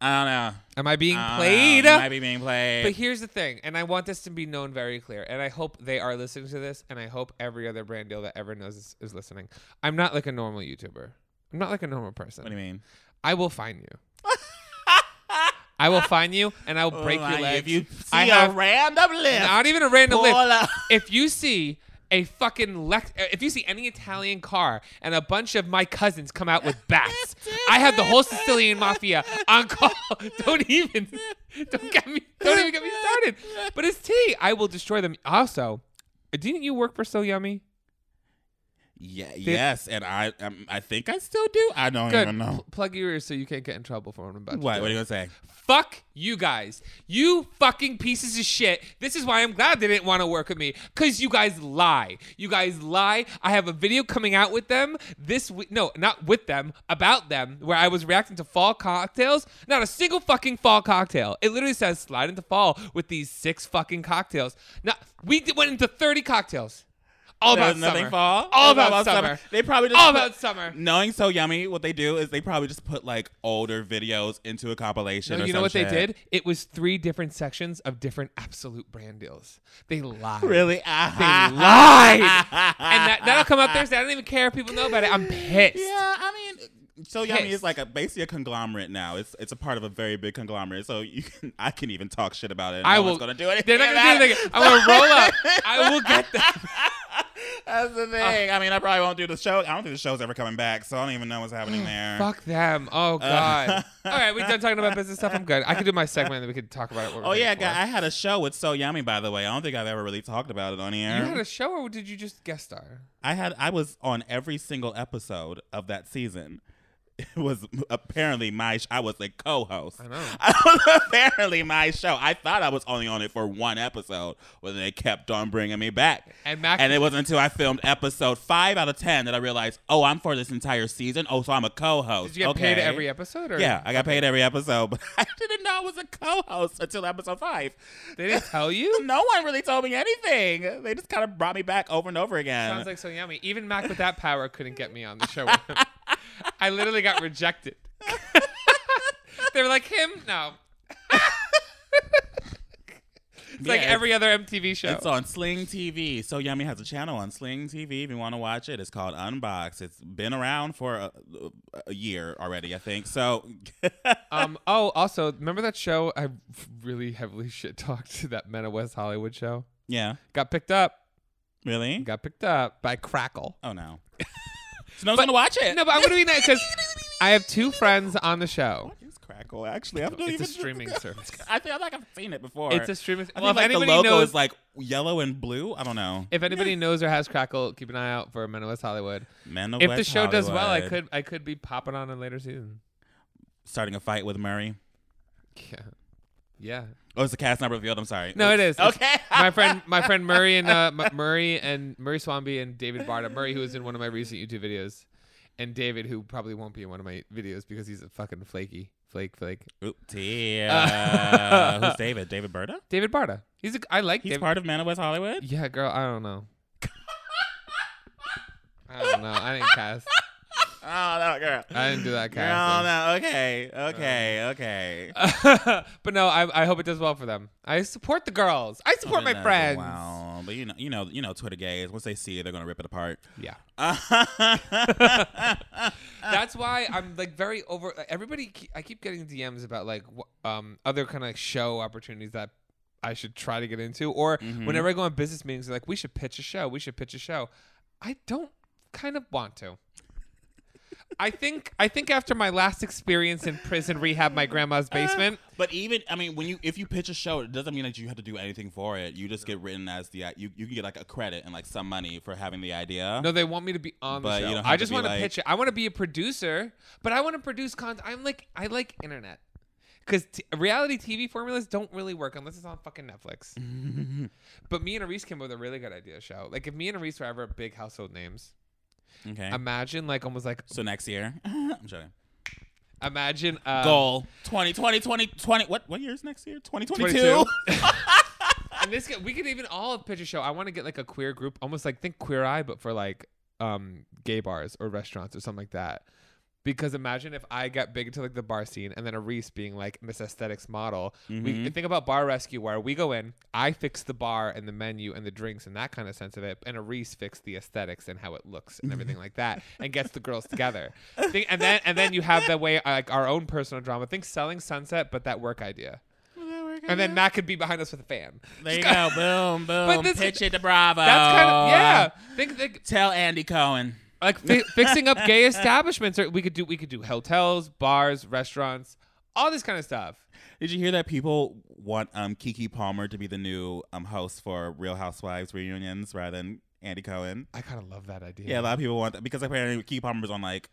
A: I don't know.
B: Am Ah, I being
A: I don't
B: played?
A: know. You might be being played.
B: But here's the thing, and I want this to be known very clear, and I hope they are listening to this, and I hope every other brand deal that ever knows is, is listening. I'm not like a normal YouTuber. I'm not like a normal person.
A: what do you mean?
B: I will find you. I will find you, and I will break
A: Oh,
B: your
A: I-
B: legs.
A: If you see
B: I
A: a
B: have
A: random list,
B: not even a random
A: pull
B: lift.
A: up.
B: If you see a fucking Lex, if you see any Italian car and a bunch of my cousins come out with bats, I have the whole Sicilian mafia on call. Don't even, don't get me, don't even get me started. But it's tea. I will destroy them. Also, didn't you work for So Yummy?
A: yeah, yes, and I um, I think I still do. I don't
B: Good.
A: even know.
B: Pl- Plug your ears so you can't get in trouble for what I'm about to
A: What?
B: do.
A: What are you gonna say?
B: Fuck you guys. You fucking pieces of shit. This is why I'm glad they didn't want to work with me. Cause you guys lie. You guys lie. I have a video coming out with them this week. No, not with them, about them, where I was reacting to fall cocktails. Not a single fucking fall cocktail. It literally says slide into fall with these six fucking cocktails. Now we did, went into 30 cocktails. All
A: There
B: about
A: was nothing
B: summer.
A: fall.
B: All
A: It was
B: about, summer.
A: They probably just
B: All
A: put-
B: about summer.
A: Knowing so yummy, what they do is they probably just put like older videos into a compilation.
B: No,
A: or
B: you know
A: some
B: what
A: shit.
B: they did? It was three different sections of different absolute brand deals. They lied.
A: Really?
B: They lied. and that, that'll come out Thursday. I don't even care if people know about it. I'm pissed.
A: Yeah, I mean, so yummy
B: Pissed.
A: is like a basically a conglomerate now. It's it's a part of a very big conglomerate. So you can I can even talk shit about it. and
B: I
A: no
B: will.
A: one's gonna do anything.
B: They're not
A: about
B: gonna do
A: it.
B: anything. I'm gonna roll up. I will get them.
A: That's the
B: Uh,
A: thing. I mean, I probably won't do the show. I don't think the show's ever coming back, so I don't even know what's happening there.
B: Fuck them.
A: Uh.
B: Oh god. All right, we're done talking about business stuff. I'm good. I can do my segment, and we could talk about it. what we're
A: Oh yeah,
B: ready for.
A: guy, I had a show with So Yummy, by the way. I don't think I've ever really talked about it on air.
B: You had a show, or did you just guest star?
A: I had I was on every single episode of that season. was apparently my. Sh- I was a co-host.
B: I know.
A: was apparently my show. I thought I was only on it for one episode, but they kept on bringing me back.
B: And Mac-
A: and it wasn't until I filmed episode five out of ten that I realized, oh, I'm for this entire season. Oh, so I'm a co-host.
B: Did you get
A: okay.
B: paid every episode? Or
A: Yeah, I got paid every episode, but I didn't know I was a co-host until episode five.
B: They didn't tell you?
A: No one really told me anything. They just kind of brought me back over and over again.
B: Sounds like so yummy. Even Mac with that power couldn't get me on the show. with him. I literally got rejected. they were like him. No. It's like
A: Yeah,
B: every other MTV show.
A: It's on Sling TV. So Yummy has a channel on Sling TV. If you want to watch it, it's called Unbox. It's been around for a, a year already, I think. So
B: um. Oh, also, remember that show? I really heavily shit talked to that Men of West Hollywood show.
A: yeah,
B: Got picked up.
A: really?
B: Got picked up by Crackle.
A: Oh no. so no one's gonna watch it.
B: No, but I'm gonna be nice because I have two friends on the show.
A: What is Crackle? Actually, I'm not
B: It's a
A: even-
B: streaming service.
A: I think I like I've seen it before.
B: It's a streaming.
A: I
B: Well, if
A: think, like,
B: anybody
A: the logo
B: knows,
A: is like yellow and blue. I don't know.
B: if anybody knows or has Crackle, keep an eye out for Men of West Hollywood.
A: Men of
B: if the
A: West
B: show does well, I
A: Hollywood.
B: could I could be popping on in later season.
A: starting a fight with Murray.
B: Yeah. Yeah.
A: Oh, it's the cast not revealed. I'm sorry.
B: No, it is. It's-
A: Okay.
B: my friend, my friend Murray and uh, M- Murray and Murray Swanby and David Barta. Murray, who was in one of my recent YouTube videos, and David, who probably won't be in one of my videos because he's a fucking flaky flake flake.
A: Oop, dear.
B: Uh,
A: Who's David? David Berta?
B: David Barta. He's a. I like
A: He's
B: David.
A: part of Man of West Hollywood?
B: yeah, girl. I don't know. I don't know. I didn't cast.
A: Oh, no, girl.
B: I didn't do that
A: No,
B: casting.
A: no. Okay. Okay.
B: Uh,
A: okay.
B: but no, I, I hope it does well for them. I support the girls. I support my
A: Another
B: friends.
A: Wow. But you know, you know, you know, Twitter gays. Once they see it, they're gonna rip it apart.
B: Yeah. That's why I'm like very over. like, Everybody, ke- I keep getting DMs about like wh- um other kind of like show opportunities that I should try to get into, or whenever I go on business meetings, they're like we should pitch a show, we should pitch a show. I don't kind of want to. I think I think after my last experience in prison rehab, my grandma's basement.
A: But even I mean, when you if you pitch a show, it doesn't mean that you have to do anything for it. You just get written as the you you can get like a credit and like some money for having the idea.
B: No, they want me to be on the
A: But
B: show.
A: you don't have
B: I
A: to
B: just
A: be
B: want to
A: like-
B: pitch it. I want to be a producer, but I want to produce content. I'm like, I like internet because t- reality TV formulas don't really work unless it's on fucking Netflix. but me and Aris came up with a really good idea show. Like, if me and Aris were ever big household names,
A: Okay.
B: imagine like almost like
A: so next year, I'm joking.
B: imagine uh,
A: Goal 20, 20, 20, 20. What what year is next year? Twenty twenty
B: 22.
A: two.
B: and this could, we could even all pitch a show. I want to get like a queer group, almost like think Queer Eye, but for like um gay bars or restaurants or something like that. Because imagine if I got big into like the bar scene, and then a Reese being like Miss Aesthetics model. We think about Bar Rescue, where we go in, I fix the bar and the menu and the drinks and that kind of sense of it, and a Reese fix the aesthetics and how it looks and everything like that, and gets the girls together. Think, and then and then you have the way like our own personal drama. Think Selling Sunset, but that work idea. And
A: Uh-huh.
B: then Matt could be behind us with a fan.
A: There you go. Boom, boom.
B: this-
A: pitch it to Bravo.
B: That's kind
A: Uh,
B: of yeah. Think think
A: Tell Andy Cohen.
B: like fi- fixing up gay establishments. Or we could do we could do hotels, bars, restaurants, all this kind of stuff.
A: Did you hear that people want um, Kiki Palmer to be the new um, host for Real Housewives reunions rather than Andy Cohen?
B: I kind of love that idea.
A: Yeah, a lot of people want that because apparently Kiki Palmer was on like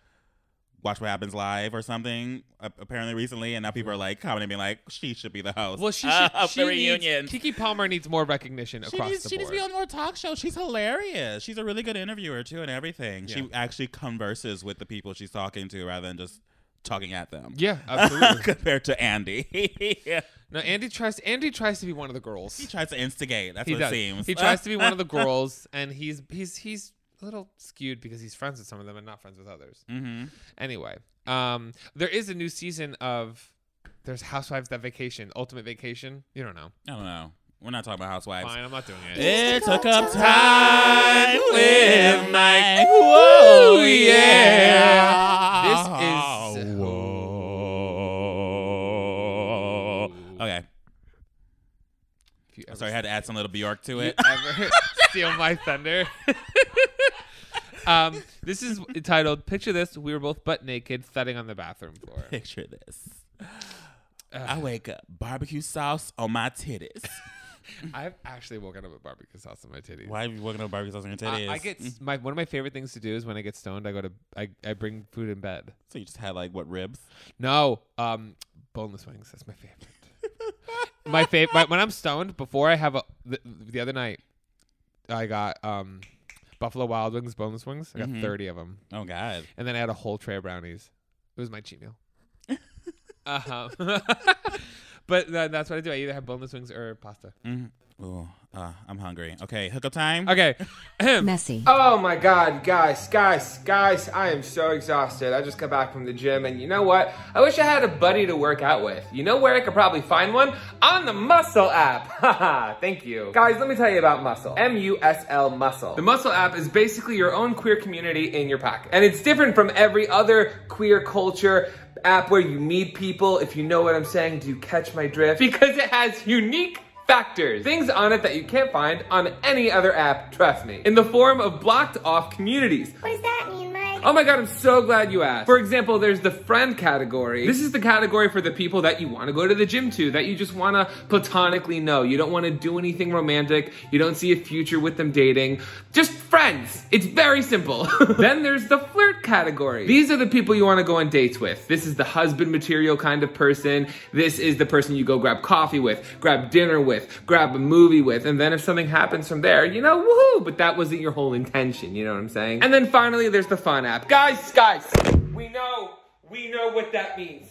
A: Watch What Happens Live or something a- apparently recently, and now people are like commenting, being like, she should be the host.
B: Well, she
A: uh,
B: should.
A: of
B: she
A: the
B: needs-
A: reunion.
B: Kiki Palmer needs more recognition
A: she
B: across
A: needs,
B: the
A: she
B: board.
A: needs to be on more talk shows. She's hilarious. She's a really good interviewer too, and everything.
B: Yeah.
A: She actually converses with the people she's talking to rather than just talking at them.
B: yeah, absolutely.
A: compared to Andy.
B: no, Andy tries. Andy tries to be one of the
A: He
B: girls.
A: tries to instigate. That's
B: He
A: what
B: does.
A: it seems.
B: He tries to be one of the girls, and he's he's he's a little skewed because he's friends with some of them and not friends with others.
A: hmm
B: Anyway, um, there is a new season of there's Housewives that vacation, Ultimate Vacation. You don't know.
A: I don't know. We're not talking about housewives.
B: Fine, I'm not doing it.
A: It
C: took up
A: time
B: with
A: Mike.
B: Whoa, yeah.
A: Oh.
B: This is-
A: Whoa. Okay.
B: If you
A: I'm
B: ever
A: sorry, I had to add some little Bjork to it.
B: ever steal my thunder. um, this is titled "Picture This: We were both butt naked, thudding on the bathroom floor."
A: Uh, Picture this. I wake up, barbecue sauce on my titties.
D: I've actually woken up with barbecue sauce on my titties.
A: Why are you working on barbecue sauce on your
D: I,
A: titties?
D: I get s- my one of my favorite things to do is when I get stoned. I go to I, I bring food in bed.
A: So you just had like what ribs?
D: No, um, boneless wings. That's my favorite. my favorite when I'm stoned. Before I have a the, the other night, I got um, buffalo wild wings, boneless wings. I got
A: Mhm.
D: thirty of them,
A: Oh God.
D: and then I had a whole tray of brownies. It was my cheat meal. uh huh. but tha- that's what I do. I either have boneless wings or pasta.
A: Mm. Ooh, uh, I'm hungry. Okay, hookup time.
D: Okay.
E: messy,
B: Oh my god, guys, guys, guys, I am so exhausted. I just got back from the gym, and you know what? I wish I had a buddy to work out with. You know where I could probably find one? On the Muscle app! Haha, thank you. Guys, let me tell you about Muscle. M U S L Muscle. The Muscle app is basically your own queer community in your pocket. And it's different from every other queer culture app where you meet people. If you know what I'm saying, do you catch my drift? Because it has unique factors. Things on it that you can't find on any other app, trust me. In the form of blocked off communities.
F: What does that mean, Mike?
B: Oh my god, I'm so glad you asked. For example, there's the friend category. This is the category for the people that you want to go to the gym to, that you just want to platonically know. You don't want to do anything romantic, you don't see a future with them dating. Just friends. It's very simple. then there's the flirt category. These are the people you want to go on dates with. This is the husband material kind of person. This is the person you go grab coffee with, grab dinner with, grab a movie with, and then if something happens from there, you know, woohoo, but that wasn't your whole intention, you know what I'm saying? And then finally, there's the fun app. Guys, guys, we know, we know what that means.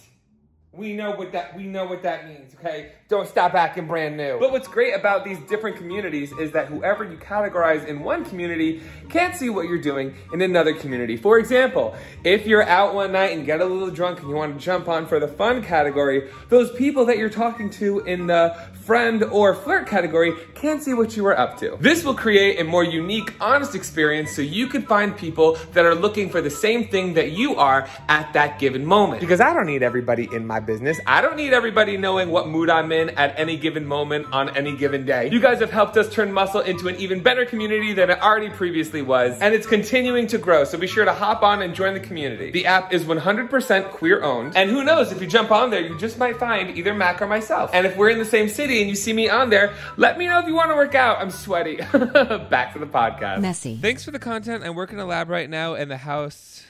B: We know what that we know what that means, okay? Don't stop acting brand new. But what's great about these different communities is that whoever you categorize in one community can't see what you're doing in another community. For example, if you're out one night and get a little drunk and you want to jump on for the fun category, those people that you're talking to in the friend or flirt category can't see what you were up to. This will create a more unique, honest experience so you can find people that are looking for the same thing that you are at that given moment. Because I don't need everybody in my business. I don't need everybody knowing what mood I'm in at any given moment on any given day. You guys have helped us turn Muscle into an even better community than it already previously was, and it's continuing to grow. So be sure to hop on and join the community. The app is 100% queer owned, and who knows if you jump on there, you just might find either Mac or myself. And if we're in the same city and you see me on there, let me know if you want to work out. I'm sweaty. Back to the podcast.
E: messy,
D: Thanks for the content. I'm working in a lab right now, and the house,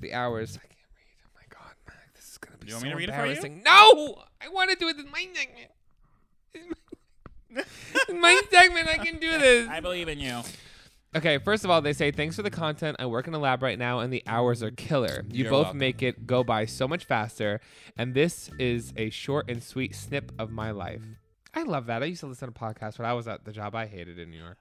D: the hours. I can't read. Oh my god, Mac, this is gonna be
A: You
D: so
A: want me to read it for you?
D: embarrassing. No, I want to do it in my segment. In my segment, I can do this.
A: I believe in you.
D: Okay, first of all, they say thanks for the content. I work in a lab right now, and the hours are killer. You
A: You're
D: both
A: welcome.
D: make it go by so much faster, and this is a short and sweet snip of my life. I love that. I used to listen to podcasts when I was at the job I hated in New York.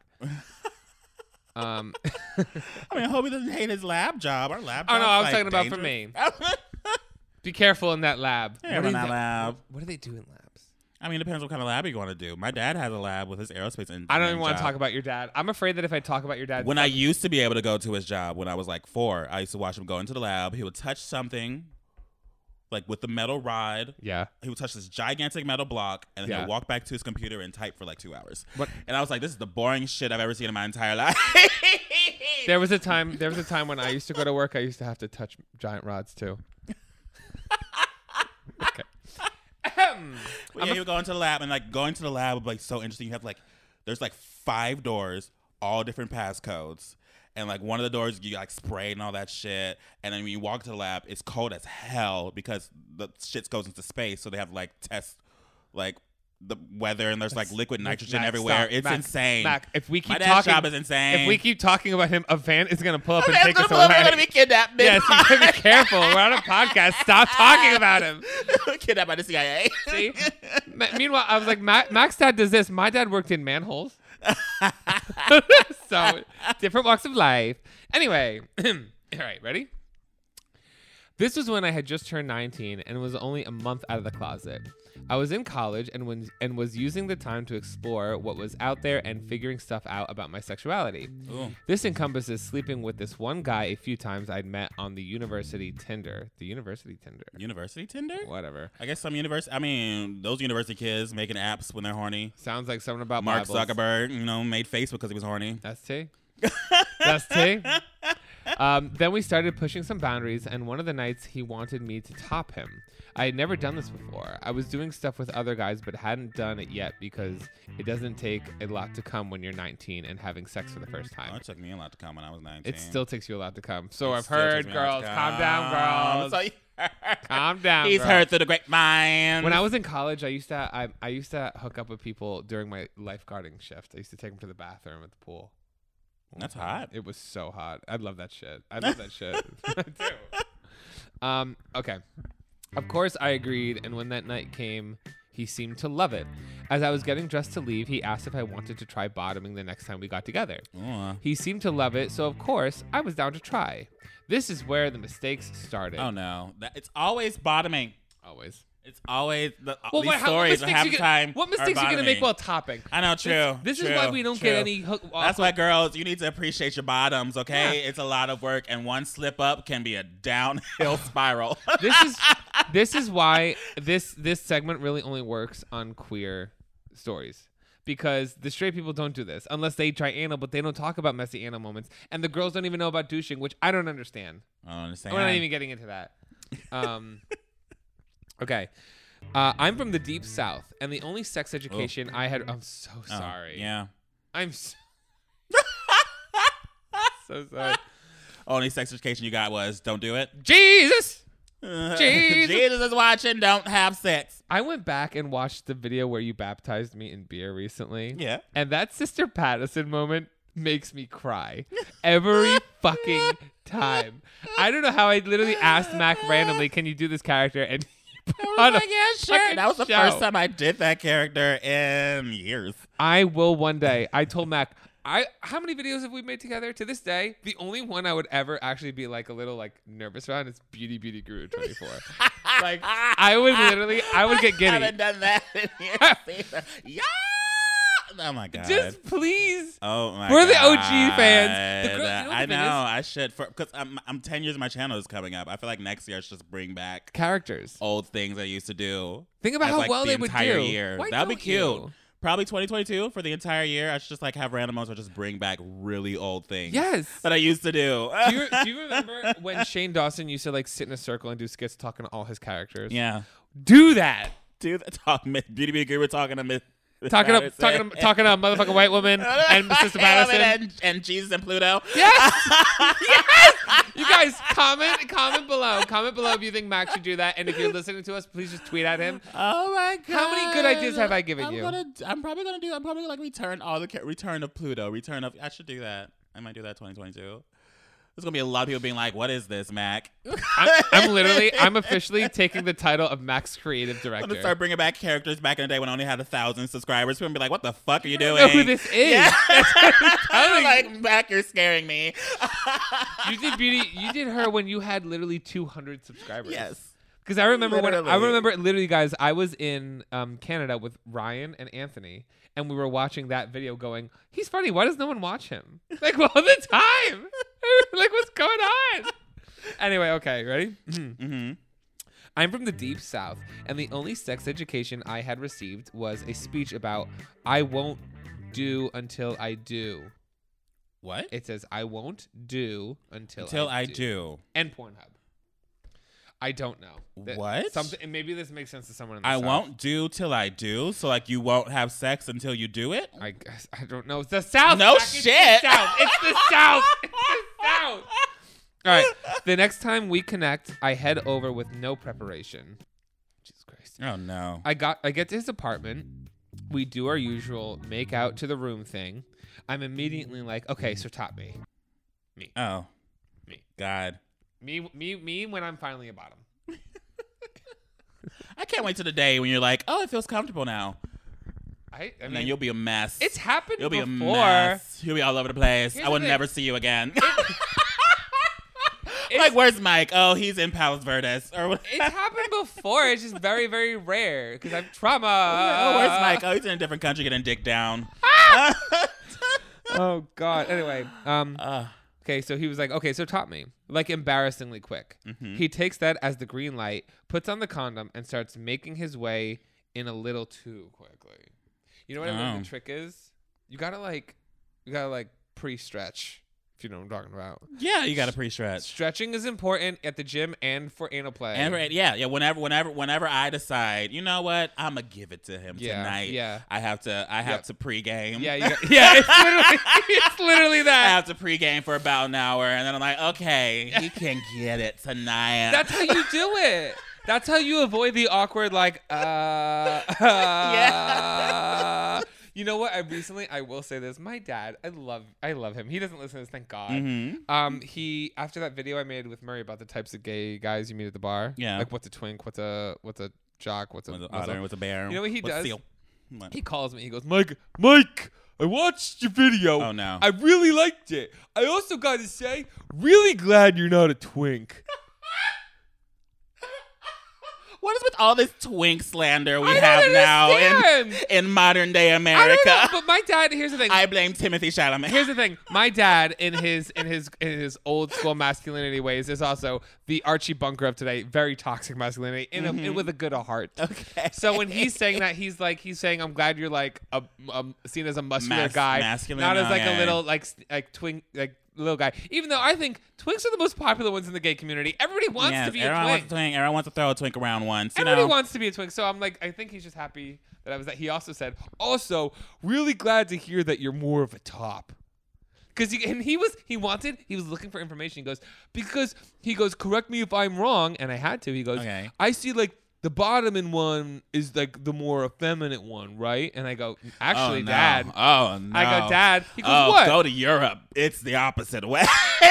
D: um,
A: I mean, I hope he doesn't hate his lab job. Our lab.
D: Oh no, I was
A: job's,
D: talking about
A: like,
D: for me.
A: dangerous.
D: Be careful in that lab.
A: Yeah,
D: do
A: in
D: they-
A: that lab.
D: What do they do in labs?
A: I mean, it depends what kind of lab you want to do. My dad has a lab with his aerospace and
D: I don't even want to talk about your dad. I'm afraid that if I talk about your dad,
A: When I used to be able to go to his job when I was like four, I used to watch him go into the lab. He would touch something, like with the metal rod.
D: yeah,
A: He would touch this gigantic metal block, and then
D: Yeah.
A: he'd walk back to his computer and type for like two hours.
D: What-
A: And I was like, "This is the boring shit I've ever seen in my entire life."
D: there was a time. There was a time when I used to go to work. I used to have to touch giant rods too. okay. Ahem.
A: But yeah, you would go into the lab, and like going to the lab would be like so interesting. You have like, there's like five doors, all different passcodes, and like one of the doors you like spray and all that shit. And then when you walk to the lab, it's cold as hell because the shit goes into space, so they have like test, like the weather, and there's like liquid nitrogen
D: Mac,
A: everywhere.
D: stop.
A: It's
D: Mac,
A: insane.
D: Mac, if we keep
A: My dad's
D: talking,
A: job is insane.
D: If we keep talking about him, a van is gonna pull up and take us away.
A: we're gonna be kidnapped.
D: yes, you gotta be careful. We're on a podcast. Stop talking about him.
A: kidnapped by the CIA.
D: See? Ma- meanwhile, I was like, Ma- Mac's dad does this. My dad worked in manholes. so different walks of life. Anyway, all right, ready? This was when I had just turned 19 and was only a month out of the closet. I was in college and when and was using the time to explore what was out there and figuring stuff out about my sexuality. This encompasses sleeping with this one guy a few times I'd met on the university Tinder. The university Tinder.
A: University Tinder.
D: Whatever.
A: I guess some university. I mean, those university kids making apps when they're horny.
D: Sounds like something about
A: Mark
D: Bibles.
A: Zuckerberg, you know, made Facebook because he was horny.
D: That's T. That's T.
B: Um, then we started pushing some boundaries, and one of the nights he wanted me to top him. I had never done this before. I was doing stuff with other guys, but hadn't done it yet because it doesn't take a lot to come when you're 19 and having sex for the first
A: Oh,
B: time.
A: it took me a lot to come when I was 19.
B: It still takes you a lot to come. So I've
A: Still takes
B: heard,
A: me a lot
B: girls.
A: to
B: Calm down,
A: come.
B: girls.
A: That's all you heard.
B: Calm down.
A: He's
B: girls.
A: heard through the grapevine.
B: When I was in college, I used to I, I used to hook up with people during my lifeguarding shift. I used to take them to the bathroom at the pool.
A: That's hot.
B: It was so hot. I love that shit. I love that shit. I do. Um, okay. Of course, I agreed, and when that night came, he seemed to love it. As I was getting dressed to leave, he asked if I wanted to try bottoming the next time we got together.
A: Ooh.
B: He seemed to love it, so of course, I was down to try. This is where the mistakes started.
A: Oh no, that, it's always bottoming.
B: Always.
A: It's always the, uh,
B: Well,
A: these
B: but how-
A: stories
B: what
A: are
B: mistakes
A: half
B: you
A: the
B: gonna-
A: time.
B: What mistakes are you
A: going
B: gonna
A: to
B: make while topping?
A: I know, true.
B: This, this
A: true,
B: is why we don't
A: true.
B: get any hook. uh, well,
A: That's why, girls, you need to appreciate your bottoms, okay? It's a lot of work, and one slip up can be a downhill spiral.
B: this is this is why this this segment really only works on queer stories because the straight people don't do this unless they try anal, but they don't talk about messy anal moments, and the girls don't even know about douching, which I don't understand.
A: I don't understand.
B: We're not even getting into that. Um, okay. Uh, I'm from the deep south, and the only sex education I had. I'm so
A: Oh,
B: sorry.
A: Yeah.
B: I'm so, so sorry.
A: Only sex education you got was don't do it.
B: Jesus! Jesus.
A: Jesus is watching. Don't have sex.
B: I went back and watched the video where you baptized me in beer recently.
A: Yeah.
B: And that Sister Pattison moment makes me cry every fucking time. I don't know how I literally asked Mac randomly, can you do this character? And he
A: I
B: put
A: was
B: on
A: like,
B: a
A: yeah, sure.
B: fucking
A: That was the
B: show.
A: first time I did that character in years.
B: I will one day. I told Mac, I how many videos have we made together to this day? The only one I would ever actually be like a little like nervous around is Beauty Beauty Guru 24. like I would literally I would get
A: I
B: giddy.
A: haven't done that in years. either. yeah. Oh my god.
B: Just please
A: oh my.
B: We're
A: god.
B: the OG fans. The girl- you know what
A: I
B: the thing
A: know.
B: is?
A: I should for because I'm I'm ten years. My channel is coming up. I feel like next year I should just bring back
B: characters.
A: old things I used to do.
B: Think about
A: as,
B: how
A: like,
B: well
A: the
B: they would
A: entire
B: do.
A: Year.
B: Why
A: That'd be
B: don't
A: cute.
B: you?
A: Probably 2022 for the entire year. I should just like have random ones where I just bring back really old things.
B: Yes.
A: That I used to do.
B: do, you, do you remember when Shane Dawson used to like sit in a circle and do skits talking to all his characters?
A: yeah.
B: Do that.
A: Do that. Talk. Beauty Beauty Guru We're talking to Miss. Miss
B: Talking up,
A: Patterson.
B: talking, to- talking to a motherfucking white woman and Sister Patterson.
A: and, and Jesus and Pluto.
B: Yes! yes! You guys, comment comment below. Comment below if you think Max should do that. And if you're listening to us, please just tweet at him.
A: Oh my god!
B: How many good ideas have I given
A: I'm
B: you?
A: Gonna, I'm probably gonna do. I'm probably gonna like return all the ca- return of Pluto. Return of. I should do that. I might do that 2022. There's gonna be a lot of people being like, "What is this, Mac?"
B: I'm, I'm literally, I'm officially taking the title of Max Creative
A: I'm
B: Director.
A: gonna start bringing back characters back in the day when I only had a thousand subscribers. People gonna be like, "What the fuck are you doing?"
B: know who this is.
A: Yeah. I'm
B: telling
A: like, Mac, you're scaring me.
B: you did beauty. You did her when you had literally 200 subscribers.
A: yes.
B: Because I remember when I
A: Literally.
B: remember literally, guys. I was in um, Canada with Ryan and Anthony, and we were watching that video. Going, he's funny. Why does no one watch him? Like all the time. like what's going on? Anyway, okay, ready?
A: Mm-hmm.
B: I'm from the deep south, and the only sex education I had received was a speech about I won't do until I do.
A: What?
B: It says I won't do until
A: Until I
B: do
A: do.
B: and Pornhub. I don't know. Th-
A: What?
B: Something, and maybe this makes sense to someone. In the
A: I
B: South.
A: won't do till I do. So like, you won't have sex until you do it.
B: I guess I don't know. It's the South.
A: No
B: Zach, it's the
A: shit.
B: South. It's the South. It's the South. All right. The next time we connect, I head over with no preparation. Jesus Christ.
A: Oh no.
B: I got. I get to his apartment. We do our usual make out to the room thing. I'm immediately like, okay, so top me,
A: Oh.
B: Me.
A: God.
B: me, me, me. When I'm finally a bottom.
A: I can't wait to the day when you're like, oh, it feels comfortable now.
B: I. I
A: And
B: mean,
A: then you'll be a mess.
B: it's happened
A: You'll be a
B: before.
A: mess. You'll be all over the place.
B: Here's
A: I will
B: the thing.
A: never see you again.
B: It's-
A: like, where's Mike? Oh, he's in Palos Verdes. Or what?
B: It's happened before. It's just very, very rare because I'm trauma.
A: oh,
B: uh,
A: where's Mike? Oh, he's in a different country getting dick down.
B: Oh God. Anyway, um,
A: Uh,
B: okay. So he was like, okay, so top me, like embarrassingly quick.
A: Mm-hmm.
B: He takes that as the green light, puts on the condom, and starts making his way in a little too quickly. You know what I mean?
A: Oh.
B: The trick is you gotta like, you gotta like pre-stretch. if you know what I'm talking about.
A: Yeah, you got to pre-stretch.
B: Stretching is important at the gym and for anal play.
A: And right- yeah, yeah. Whenever, whenever, whenever I decide, you know what, I'm gonna give it to him
B: Yeah,
A: tonight.
B: yeah.
A: I have to. I have
B: Yep.
A: to pregame.
B: yeah, you got, yeah, it's literally, it's literally
A: I
B: that.
A: have to pregame for about an hour, and then I'm like, okay, he can get it tonight.
B: That's how you do it. That's how you avoid the awkward like uh,
A: Yeah.
B: uh, You know what? I recently I will say this. My dad, I love I love him. He doesn't listen to this, thank God.
A: hmm
B: Um he after that video I made with Murray about the types of gay guys you meet at the bar.
A: Yeah.
B: Like what's a twink, what's a what's a jock, what's a
A: With the
B: what's a-
A: otter, with the bear.
B: You know what he
A: with the
B: does?
A: seal. What?
B: he calls me. He goes, Mike, Mike, I watched your video.
A: Oh, no.
B: I really liked it. I also got to say, really glad you're not a twink.
A: What is with all this twink slander we
B: I don't
A: have now in,
B: understand.
A: in modern day
B: I don't know,
A: America?
B: but my dad. Here's the thing.
A: I blame Timothy Chalamet.
B: Here's the thing. My dad, in his in his in his old school masculinity ways, is also the Archie Bunker of today. Very toxic masculinity, in a, with a good a heart.
A: Mm-hmm. okay.
B: So when he's saying that, he's like he's saying, "I'm glad you're like a, um seen as a muscular
A: Mas-
B: guy,
A: masculine,
B: not as like a
A: okay.
B: little like s- like twink like little guy." Even though I think twinks are the most popular ones in the gay community. Everybody wants
A: Yes,
B: to be a
A: everyone
B: twink.
A: wants to twink. Everyone wants to throw a twink around once. You
B: Everybody
A: know?
B: wants to be a twink. So I'm like, I think he's just happy that I was that. He also said, also really glad to hear that you're more of a top. Cause he, and he was he wanted he was looking for information. He goes because he goes correct me if I'm wrong, and I had to. He goes,
A: Okay.
B: I see like the bottom in one is like the more effeminate one, right? And I go, actually,
A: oh, no.
B: Dad,
A: Oh no.
B: I go, Dad. He goes,
A: oh,
B: what?
A: Go to Europe. It's the opposite way.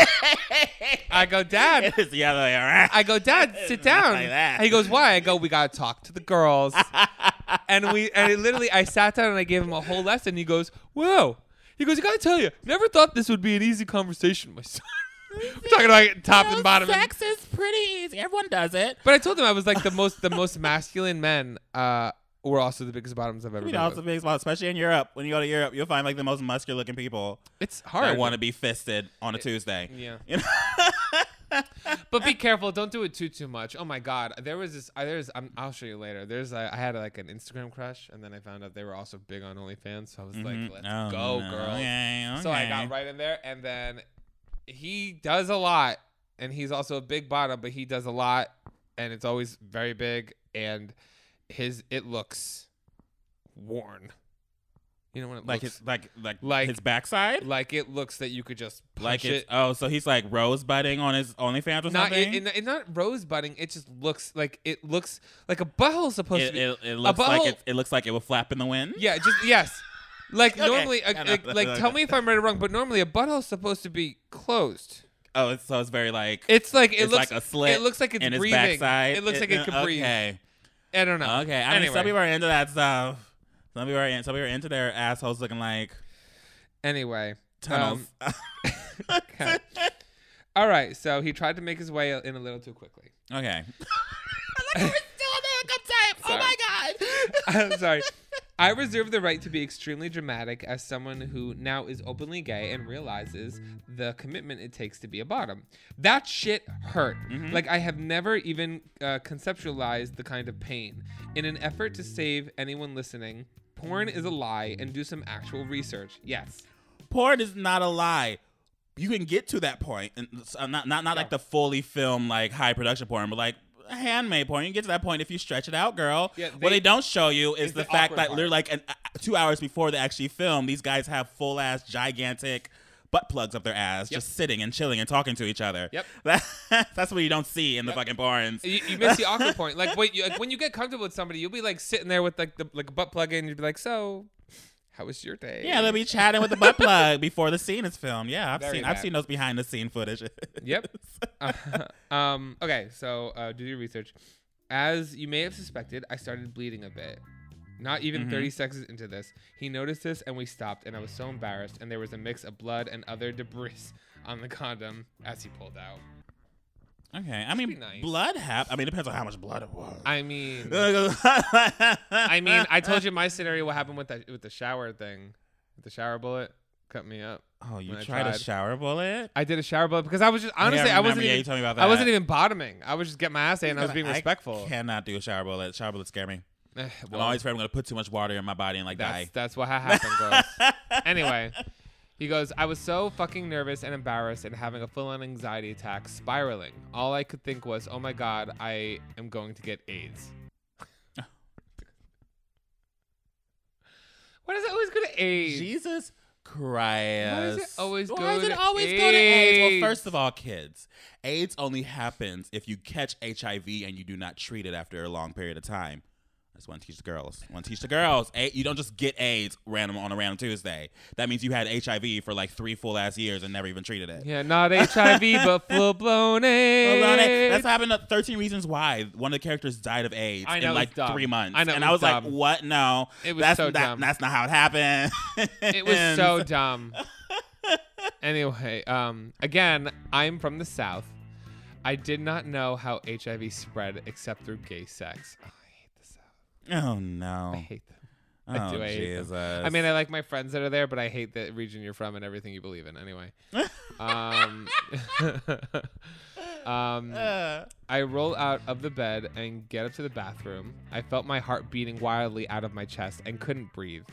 B: I go, Dad,
A: it's the other way around.
B: I go, Dad, sit down.
A: Like that.
B: He goes, Why? I go, We gotta talk to the girls. and we and it literally I sat down and I gave him a whole lesson. He goes, Whoa. He goes, I gotta tell you, never thought this would be an easy conversation, my son. We're talking about top and bottom.
A: Sex is pretty easy. Everyone does it.
B: But I told him I was like the most the most masculine men uh were also the biggest bottoms I've ever
A: You
B: been
A: know, it's a
B: with.
A: big spot, especially in Europe. When you go to Europe, you'll find like the most muscular looking people
B: It's
A: that
B: hard.
A: want to be fisted on a Tuesday.
B: Yeah.
A: You know?
B: but be careful. Don't do it too too much. Oh my God, there was this. I, there's. I'm, I'll show you later. There's. A, I had like an Instagram crush, and then I found out they were also big on OnlyFans. So I was
A: Mhm.
B: like, let's
A: Oh,
B: go,
A: no.
B: girl.
A: Okay,
B: So I
A: okay.
B: got right in there, and then he does a lot, and he's also a big bottom, but he does a lot, and it's always very big, and his it looks worn. You know when it
A: Like
B: looks
A: his like like
B: Like- Oh,
A: his backside.
B: like it looks that you could just punch
A: Like
B: it
A: it's oh, so he's like rosebudding on his OnlyFans or
B: not
A: something.
B: it, it, it not rose budding. It just looks like it looks like a butthole's supposed to
A: it,
B: be.
A: it, it looks
B: butthole-
A: like it, it looks like it will flap in the wind.
B: yeah, just yes. Like
A: Okay.
B: normally,
A: No,
B: a,
A: no,
B: like,
A: no,
B: like
A: no,
B: tell
A: no.
B: me if I'm right or wrong, but normally a butthole's supposed to be closed.
A: Oh, it's, so it's very like
B: It's like it
A: it's
B: looks
A: like a slit.
B: It looks like it's
A: in his
B: breathing.
A: backside. Uh,
B: It looks like it could breathe.
A: Okay,
B: I don't know.
A: okay. I mean,
B: anyway,
A: some people are into that stuff. Some people are in, some people are into their assholes looking like
B: anyway.
A: tunnels.
B: Um, okay. All right, so he tried to make his way in a little too quickly.
A: okay.
B: Oh my god! I'm sorry. I reserve the right to be extremely dramatic as someone who now is openly gay and realizes the commitment it takes to be a bottom. That shit hurt. Like I have never even uh, conceptualized the kind of pain. In an effort to save anyone listening, porn is a lie and do some actual research. Yes.
A: Porn is not a lie. You can get to that point, and s- uh, not not not like the fully filmed like high production porn, but like handmade porn. You can get to that point if you stretch it out, girl.
B: Yeah,
A: what
B: they-
A: they don't show you is
B: is
A: the,
B: the
A: fact
B: awkward
A: that
B: part.
A: literally like an, uh, two hours before they actually film, these guys have full ass gigantic butt plugs up their ass,
B: Yep.
A: just sitting and chilling and talking to each other.
B: Yep.
A: That- that's what you don't see in the fucking porns.
B: You, you miss the awkward point. Like, wait, you, like when you get comfortable with somebody, you'll be like sitting there with like the like a butt plug in. You'd be like, "So, how was your day?"
A: Yeah, they'll be chatting with the butt plug before the scene is filmed. Yeah, I've
B: Very
A: seen
B: bad.
A: I've seen those behind the scene footage.
B: Yep. Uh, um, okay, so uh, do your research. As you may have suspected, I started bleeding a bit. Not even
A: Mm-hmm.
B: 30 seconds into this, he noticed this and we stopped, and I was so embarrassed. And there was a mix of blood and other debris on the condom as he pulled out.
A: Okay, I
B: be
A: mean,
B: nice.
A: blood hap. I mean, it depends on how much blood it was.
B: I mean, I
A: I
B: mean, I told you my scenario. What happened with that with the shower thing, with the shower bullet cut me up.
A: Oh, you
B: when I
A: tried, a
B: tried.
A: shower bullet?
B: I did a shower bullet because I was just honestly I,
A: remember.
B: wasn't
A: Yeah,
B: even,
A: you told me about
B: I wasn't
A: that.
B: even bottoming. I was just getting my ass in. and I was being respectful.
A: I cannot do a shower bullet. Shower bullets scare me.
B: Eh,
A: I'm
B: well,
A: always afraid I'm gonna put too much water in my body and like
B: that's
A: die.
B: that's what ha- happened, girls. anyway, He goes, I was so fucking nervous and embarrassed and having a full on anxiety attack, spiraling. All I could think was, oh my God, I am going to get AIDS. What is it always go to AIDS?
A: Jesus Christ.
B: Why does it always
A: Why
B: go
A: does it
B: to
A: always go to AIDS?
B: AIDS?
A: Well, first of all, kids, AIDS only happens if you catch HIV and you do not treat it after a long period of time. I just want to teach the girls. I want to teach the girls. A- you don't just get AIDS random on a random Tuesday. That means you had HIV for like three full ass years and never even treated it.
B: Yeah, not HIV, but full blown AIDS.
A: Hold on, eh, That's what happened to 13 Reasons Why. One of the characters died of AIDS
B: I know,
A: in
B: it was
A: like
B: dumb.
A: three months.
B: I know, it
A: and I
B: was
A: was
B: dumb.
A: like, what? No.
B: It was
A: that's
B: so
A: not,
B: dumb.
A: That's not how it happened.
B: it was so dumb. anyway, um, again, I'm from the South. I did not know how HIV spread except through gay sex. Oh, I hate the South.
A: Oh, no.
B: I hate them.
A: oh,
B: I do. I hate them.
A: Jesus.
B: I mean, I like my friends that are there, but I hate the region you're from and everything you believe in. Anyway, um, um,
A: Uh,
B: I roll out of the bed and get up to the bathroom. I felt my heart beating wildly out of my chest and couldn't breathe.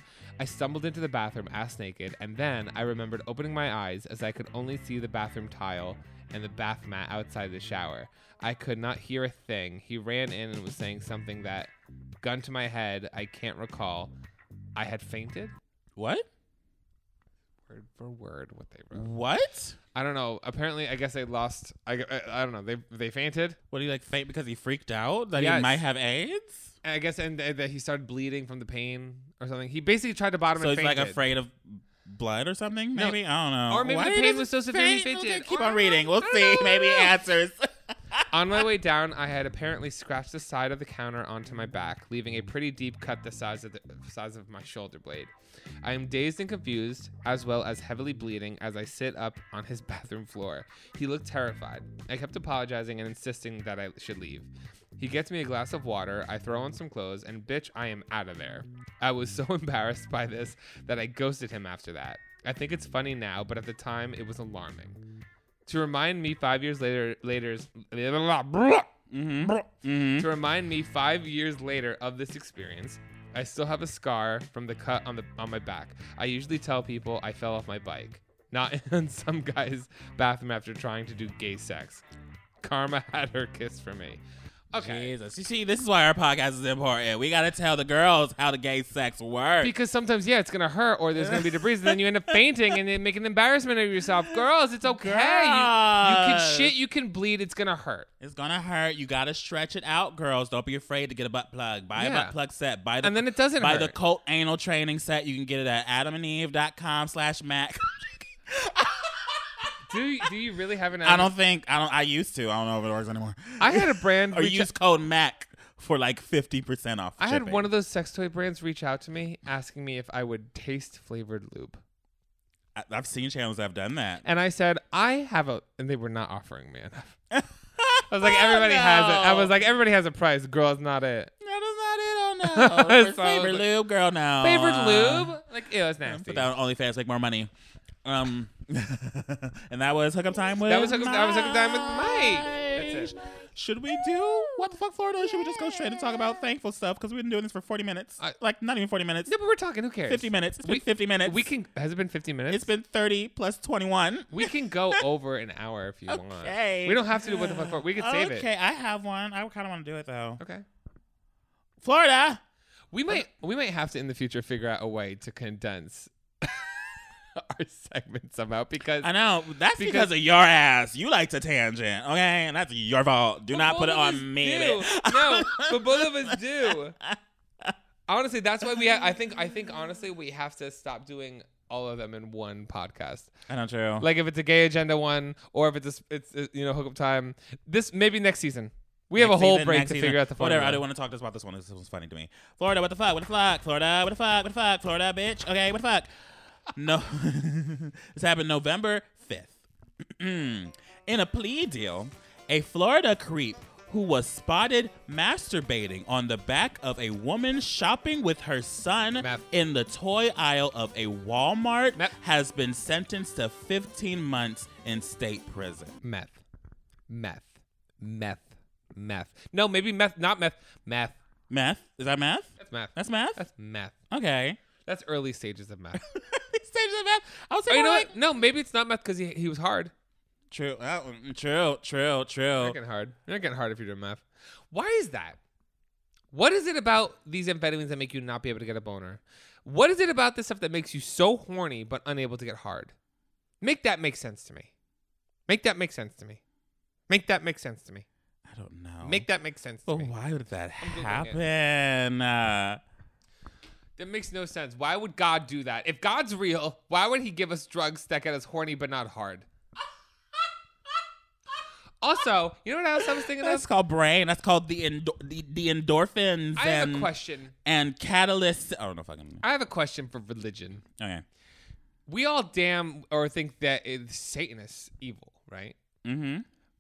B: I stumbled into the bathroom ass naked, and then I remembered opening my eyes as I could only see the bathroom tile and the bath mat outside the shower. I could not hear a thing. He ran in and was saying something that, gun to my head, I can't recall. I had fainted?
A: what?
B: Word for word, what they wrote.
A: What?
B: I don't know. Apparently, I guess they lost. I, I, I don't know. They, they fainted?
A: What do you like faint because he freaked out that
B: Yes.
A: he might have AIDS?
B: I guess, and th- that he started bleeding from the pain or something. He basically tried to bottom
A: So
B: and
A: he's like
B: fainted.
A: afraid of blood or something?
B: No.
A: Maybe I don't know.
B: Or maybe
A: Why
B: the
A: he
B: pain
A: doesn't
B: was so severe he
A: faint? Okay,
B: fainted.
A: keep
B: Or I
A: on
B: don't
A: reading.
B: know.
A: We'll
B: I don't
A: see.
B: know. I don't
A: Maybe
B: know.
A: answers.
B: On my way down, I had apparently scratched the side of the counter onto my back, leaving a pretty deep cut the size of the size of my shoulder blade. I am dazed and confused, as well as heavily bleeding, as I sit up on his bathroom floor. He looked terrified. I kept apologizing and insisting that I should leave. He gets me a glass of water, I throw on some clothes, and bitch, I am out of there. I was so embarrassed by this that I ghosted him after that. I think it's funny now, but at the time it was alarming to remind me five years later later's
A: Mm-hmm.
B: to remind me five years later of this experience i still have a scar from the cut on the on my back i usually tell people i fell off my bike not in some guy's bathroom after trying to do gay sex karma had her kiss for me okay
A: Jesus. You see, this is why our podcast is important. We gotta tell the girls how the gay sex works.
B: because sometimes yeah it's gonna hurt or there's gonna be debris and then you end up fainting and then make an embarrassment of yourself girls it's okay You, you can
A: Girls.
B: shit you can bleed it's gonna hurt
A: it's gonna hurt. You gotta stretch it out, girls. Don't be afraid to get a butt plug. Buy
B: Yeah.
A: a butt plug set. Buy the
B: And then it doesn't
A: buy the
B: hurt.
A: cult anal training set. You can get it at adamandeve.com slash mac.
B: do, do you really have an
A: I don't think I don't. I used to. I don't know if it works anymore.
B: I had a brand.
A: or
B: reach
A: use code Mac for like fifty percent off.
B: I had
A: shipping.
B: one of those sex toy brands reach out to me asking me if I would taste flavored lube,
A: I- I've seen channels that have done that.
B: and I said I have a, and they were not offering me enough. I was like, everybody has it. I was like, everybody has a price. Girl's not it.
A: that is not it. Oh no, For
B: So I was
A: favorite
B: like-
A: lube, girl. No
B: Flavored
A: Uh,
B: lube? Like, ew, it's nasty.
A: Put that on OnlyFans, make more money. Um, and that was hookup time with.
B: That was Hookup- that was Hookup Time with Mike. That's it.
A: Should we do what the fuck Florida? Or should we just go straight and talk about thankful stuff? Because we've been doing this for forty minutes,
B: I-
A: like not even forty minutes,
B: No, but we're talking. Who cares?
A: fifty minutes. It's been
B: We-
A: fifty minutes.
B: We can. Has it been 50 minutes?
A: It's been thirty plus twenty-one.
B: we can go over an hour if you want.
A: Okay.
B: We don't have to do what the fuck. for- We can save
A: Okay,
B: it.
A: I have one. I kind of want to do it though.
B: Okay.
A: Florida.
B: We might we might have to in the future figure out a way to condense our segments somehow because
A: I know. That's because,
B: Because-
A: of your ass. You like to tangent, okay? And that's your fault. Do not put it
B: both of us
A: on me.
B: do. no, but both of us do. Honestly, that's why we. Ha- I think. I think honestly, we have to stop doing all of them in one podcast.
A: I know, true.
B: Like if it's a gay agenda one, or if it's a, s- it's uh, you know hookup time. This maybe next season. We have a
A: Next
B: whole
A: season,
B: break
A: next
B: to
A: season.
B: figure out the formula.
A: Whatever. I do want to talk this about this one. This one's funny to me. Florida, what the fuck? What the fuck? Florida, what the fuck? What the fuck? Florida, bitch. Okay, what the fuck? No. this happened November 5th. In a plea deal, a Florida creep who was spotted masturbating on the back of a woman shopping with her son
B: Meth.
A: in the toy aisle of a Walmart
B: Meth.
A: has been sentenced to 15 months in state prison.
B: meth, meth, meth, meth. No, maybe meth. Not meth. Meth.
A: Meth? Is that math?
B: That's meth.
A: That's math?
B: That's meth.
A: Okay.
B: That's early stages of meth.
A: Stages wasn't meth. I was
B: Oh, you
A: taking
B: know
A: like
B: what? No, maybe it's not meth because he, he was hard.
A: true, that one- true, true,
B: You're
A: true.
B: not getting hard. You're not getting hard if you're doing meth. Why is that? What is it about these amphetamines that make you not be able to get a boner? What is it about this stuff that makes you so horny but unable to get hard? Make that make sense to me. Make that make sense to me. Make that make sense to me.
A: I don't know.
B: Make that make sense to
A: But
B: me.
A: why would that
B: Googling it.
A: happen? Uh,
B: That makes no sense. Why would God do that? If God's real, why would he give us drugs that get us horny but not hard? Also, you know what else I was thinking
A: that's
B: of?
A: called brain. That's called the endo- the, the endorphins
B: I have
A: and
B: a question.
A: and catalysts. I don't know if I can.
B: I have a question for religion.
A: Okay.
B: We all damn or think that it, Satanist evil, right?
A: Mm-hmm.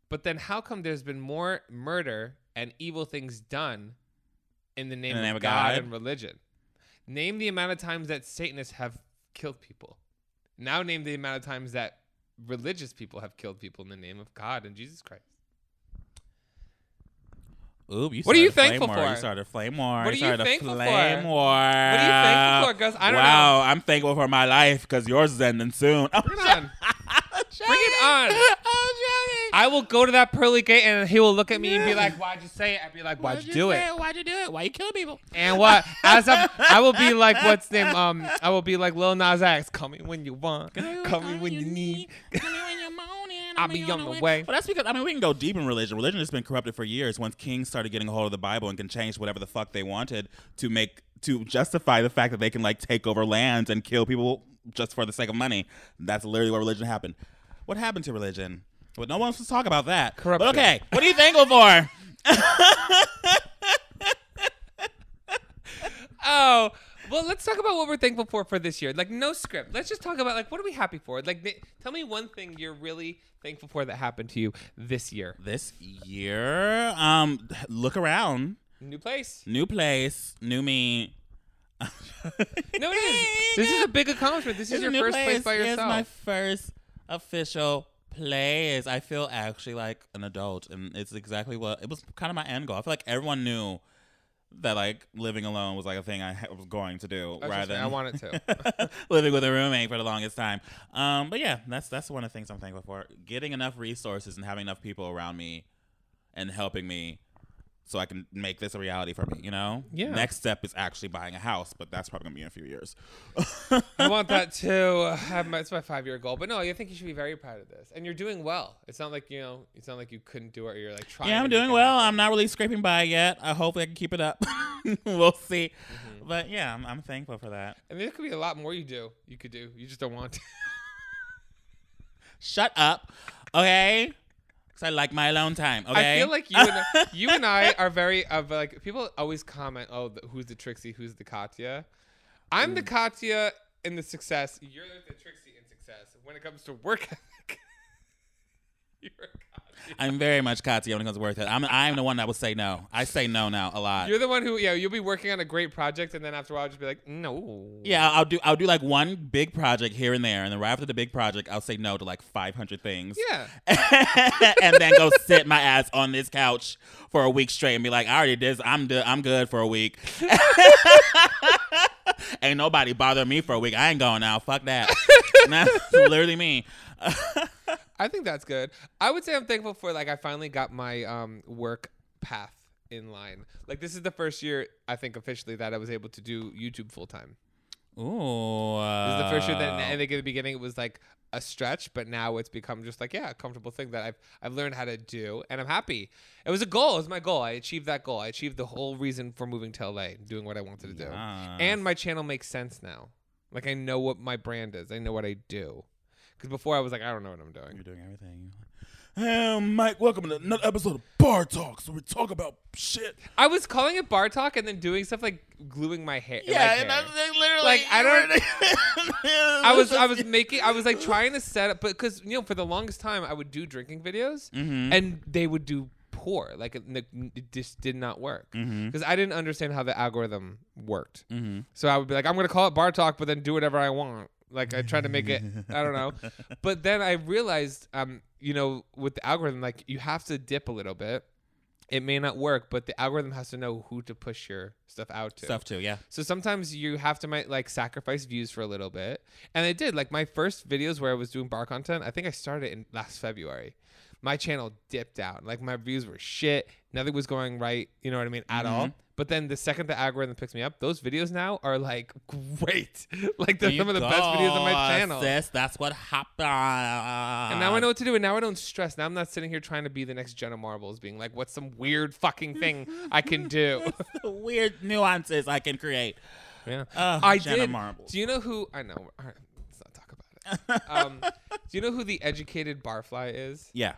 B: But then how come there's been more murder and evil things done in the name,
A: the name
B: of,
A: of
B: God,
A: God?
B: and religion? Name the amount of times that Satanists have killed people. Now name the amount of times that religious people have killed people in the name of God and Jesus Christ.
A: Ooh, you
B: What are
A: started
B: you
A: a flame
B: thankful
A: war. You
B: for?
A: started a flame war.
B: What are you
A: started a
B: thankful for?
A: flame War. What
B: What are you thankful for, Gus? I don't
A: wow, I'm thankful for my life because yours is ending soon. I'm
B: know. Bring it on.
A: joking.
B: Bring it
A: I'm
B: on.
A: joking.
B: I will go to that pearly gate and he will look at me and be like, "Why'd you say it?" I'd be like, "Why'd, you do it?"
A: Why'd you do it? Why you killing people?
B: And what? As I'm, I will be like, what's name? Um, I will be like Lil Nas X. Call me when you want. Call me when you need.
A: Call me when you're moaning.
B: I'll be on the way.
A: Well, that's because I mean we can go deep in religion. Religion has been corrupted for years. Once kings started getting a hold of the Bible and can change whatever the fuck they wanted to make to justify the fact that they can like take over lands and kill people just for the sake of money. That's literally what religion happened. What happened to religion? Well, no one wants to talk about that.
B: Corruption.
A: But okay, what are you thankful for?
B: Oh, well, let's talk about what we're thankful for for this year. Like, no script. Let's just talk about like, what are we happy for? Like, th- tell me one thing you're really thankful for that happened to you this year.
A: this year, um, look around.
B: New place.
A: New place, new me.
B: No, it is. This is a big accomplishment. This is
A: It's
B: your
A: a new
B: first place by
A: It's my
B: yourself.
A: first official place. I feel actually like an adult, and it's exactly what it was. Kind of my end goal. I feel like everyone knew that like living alone was like a thing I ha- was going to do,
B: I was just
A: rather
B: saying,
A: than
B: I wanted to.
A: living with a roommate for the longest time. Um, but yeah, that's that's one of the things I'm thankful for: getting enough resources and having enough people around me and helping me. So I can make this a reality for me, you know.
B: Yeah.
A: Next step is actually buying a house, but that's probably gonna be in a few years.
B: I want that too. Have my- It's my five-year goal. But no, I think you should be very proud of this, and you're doing well. It's not like you know, it's not like you couldn't do it. Or you're like trying.
A: Yeah,
B: to
A: I'm
B: make
A: doing
B: it
A: well.
B: happen.
A: I'm not really scraping by yet. I hope I can keep it up. we'll see.
B: Mm-hmm.
A: But yeah, I'm, I'm thankful for that.
B: And there could be a lot more you do. You could do. You just don't want to.
A: Shut up, okay? Because I like my alone time. Okay.
B: I feel like you and you and I are very of like people always comment, "Oh, the, who's the Trixie? Who's the Katya?" I'm
A: Mm.
B: the Katya in the success. You're the Trixie in success. When it comes to work ethic, you're a Katya.
A: I'm very much Katya when it comes to work. I'm I'm the one that will say no. I say no now a lot.
B: You're the one who, yeah, you'll be working on a great project, and then after a while, I'll just be like, "No."
A: yeah, I'll do I'll do like one big project here and there, and then right after the big project, I'll say no to like 500 things.
B: Yeah.
A: and then go sit my ass on this couch for a week straight and be like, I already did. This. I'm do- I'm good for a week. ain't nobody bothering me for a week. I ain't going out. Fuck that. And that's literally me.
B: I think that's good. I would say I'm thankful for like I finally got my um work path in line. Like this is the first year I think officially that I was able to do YouTube full time.
A: Ooh. uh,
B: This is the first year
A: Ah.
B: that I think at the beginning it was like a stretch, but now it's become just like yeah, a comfortable thing that I've I've learned how to do, and I'm happy. It was a goal. It was my goal. I achieved that goal. I achieved the whole reason for moving to LA, doing what I wanted to do,
A: Yes.
B: and my channel makes sense now. Like I know what my brand is. I know what I do. Because before I was like, I don't know what I'm doing.
A: You're doing everything. Hey, Mike, welcome to another episode of Bar Talks, where we talk about shit.
B: I was calling it bar talk and then doing stuff like gluing my hair.
A: Yeah,
B: like
A: and
B: hair.
A: that's like, literally.
B: Like, I don't- I was I was
A: mm
B: making I was like trying to set up, but because you know for the longest time I would do drinking videos and they would do poor. Like it, it just did not work because I didn't understand how the algorithm worked. So I would be like, I'm gonna call it bar talk, but then do whatever I want. Like I tried to make it, I don't know. But then I realized, um, you know, with the algorithm, like you have to dip a little bit It may not work, but the algorithm has to know who to push your stuff out to.
A: Stuff too, yeah.
B: So sometimes you have to might like sacrifice views for a little bit. And I did. Like my first videos where I was doing bar content, I think I started in last February. My channel dipped out. Like my views were shit. Nothing was going right, you know what I mean, at all. But then the second the algorithm picks me up, those videos now are like great. like they're
A: There
B: some of
A: you
B: the best videos on
A: go,
B: my channel.
A: Sis, that's what happened.
B: And now I know what to do, and now I don't stress. Now I'm not sitting here trying to be the next Jenna Marbles, being like, "What's some weird fucking thing I can do?"
A: the weird nuances I can create.
B: yeah,
A: Ugh,
B: I
A: Jenna
B: did.
A: Marbles.
B: Do you know who? I know. all right, Let's not talk about it. um, do you know who the educated barfly is?
A: Yeah.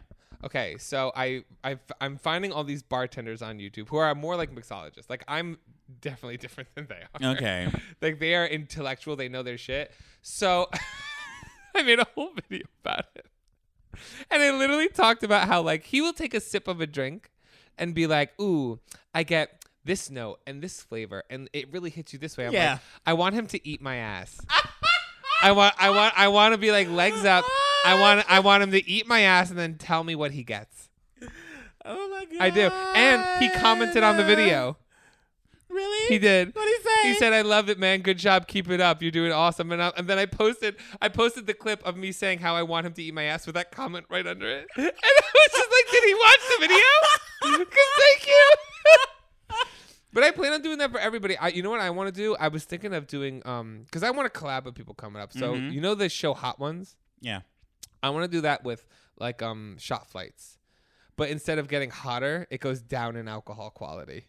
B: Okay, so I, I I'm finding all these bartenders on YouTube who are more like mixologists. Like I'm definitely different than they are.
A: Okay.
B: like they are intellectual they know their shit so i made a whole video about it and i literally talked about how like he will take a sip of a drink and be like ooh i get this note and this flavor and it really hits you this way i'm
A: Yeah.
B: like i want him to eat my ass i want i want i want to be like legs up i want i want him to eat my ass and then tell me what he gets
A: oh my god.
B: i do and he commented on the video
A: Really?
B: he did.
A: What'd he say?
B: He said, "I love it, man. Good job. Keep it up. You're doing awesome." And, I, and then I posted, I posted the clip of me saying how I want him to eat my ass with that comment right under it. And I was just like, "Did he watch the video?" 'Cause thank you. but I plan on doing that for everybody. I, you know what I want to do? I was thinking of doing, um, because I want to collab with people coming up. So you know the show Hot Ones.
A: Yeah.
B: I want to do that with like um shot flights, but instead of getting hotter, it goes down in alcohol quality.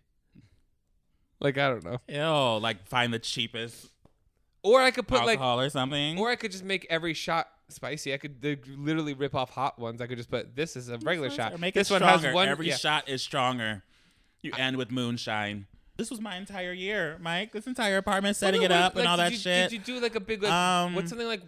B: Like I don't know.
A: Ew, like find the cheapest
B: Or I could put
A: alcohol or something.
B: like, or I could just make every shot spicy. I could they literally rip off hot ones. I could just put this is a regular shot.
A: Or make
B: this
A: it
B: one
A: stronger.
B: has one.
A: Every
B: yeah.
A: shot is stronger. You end with moonshine. This was my entire year, Mike. This entire apartment, setting
B: What-
A: it up
B: like,
A: and all
B: did
A: that
B: you-
A: shit.
B: Did you do like a big like
A: Um,
B: what's something like?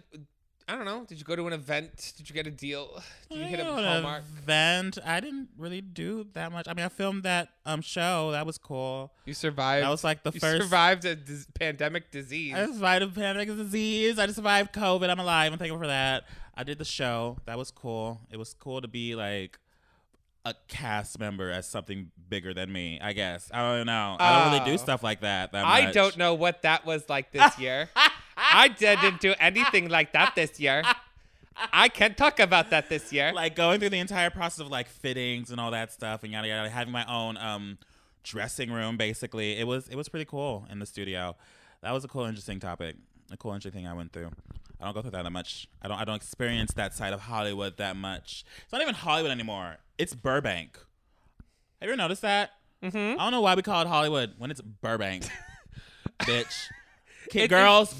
B: I don't know. Did you go to an event? Did you get a deal? Did you
A: I
B: hit a
A: don't know,
B: Hallmark?
A: event. I didn't really do that much. I mean, I filmed that um show. That was cool.
B: You survived.
A: That was like the
B: you
A: first.
B: survived a dis- pandemic disease.
A: I survived a pandemic disease. I survived COVID. I'm alive. I'm thankful for that. I did the show. That was cool. It was cool to be like a cast member as something bigger than me. I guess. I don't know. I don't really
B: Oh.
A: do stuff like that. that
B: I
A: much.
B: don't know what that was like this year. I didn't do anything like that this year. I can't talk about that this year.
A: like going through the entire process of like fittings and all that stuff and yada yada having my own um dressing room basically it was it was pretty cool in the studio that was a cool interesting topic a cool interesting thing i went through i don't go through that that much i don't i don't experience that side of hollywood that much it's not even hollywood anymore it's burbank have you ever noticed that mm-hmm. i don't know why we call it hollywood when it's burbank bitch Kid,
B: It-
A: girls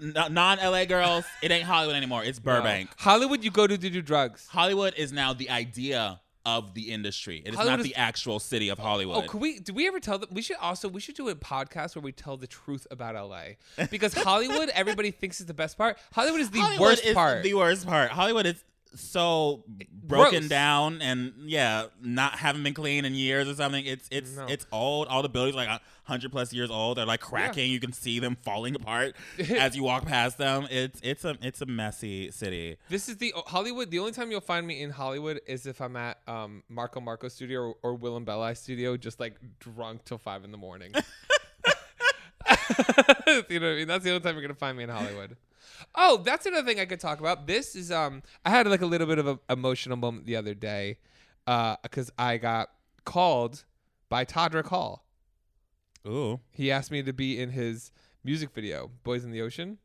A: n- non-la girls it ain't hollywood anymore it's burbank
B: Hollywood, you go to to do drugs.
A: Hollywood is now the idea of the industry. It is
B: Hollywood
A: not
B: is-
A: the actual city of Hollywood.
B: Oh, could we? Do we ever tell them? We should also we should do a podcast where we tell the truth about LA because Hollywood, everybody thinks is the best part. Hollywood is the
A: Hollywood
B: worst
A: is
B: part.
A: The worst part. Hollywood is so broken
B: Gross.
A: down and yeah, not haven't been clean in years or something. It's it's
B: No.
A: it's old. All the buildings are like hundred plus years old. They're like cracking. You can see them falling apart as you walk past them. It's it's a it's a messy city.
B: This is the Hollywood. The only time you'll find me in Hollywood is if I'm at um, Marco Marco studio or, or Will and Belli studio, just like drunk till five in the morning. you know what I mean? That's the only time you're gonna find me in Hollywood. Oh, that's another thing I could talk about. This is um, I had like a little bit of an emotional moment the other day, uh, because I got called by Todrick Hall.
A: Ooh
B: He asked me to be in his music video, Boys in the Ocean.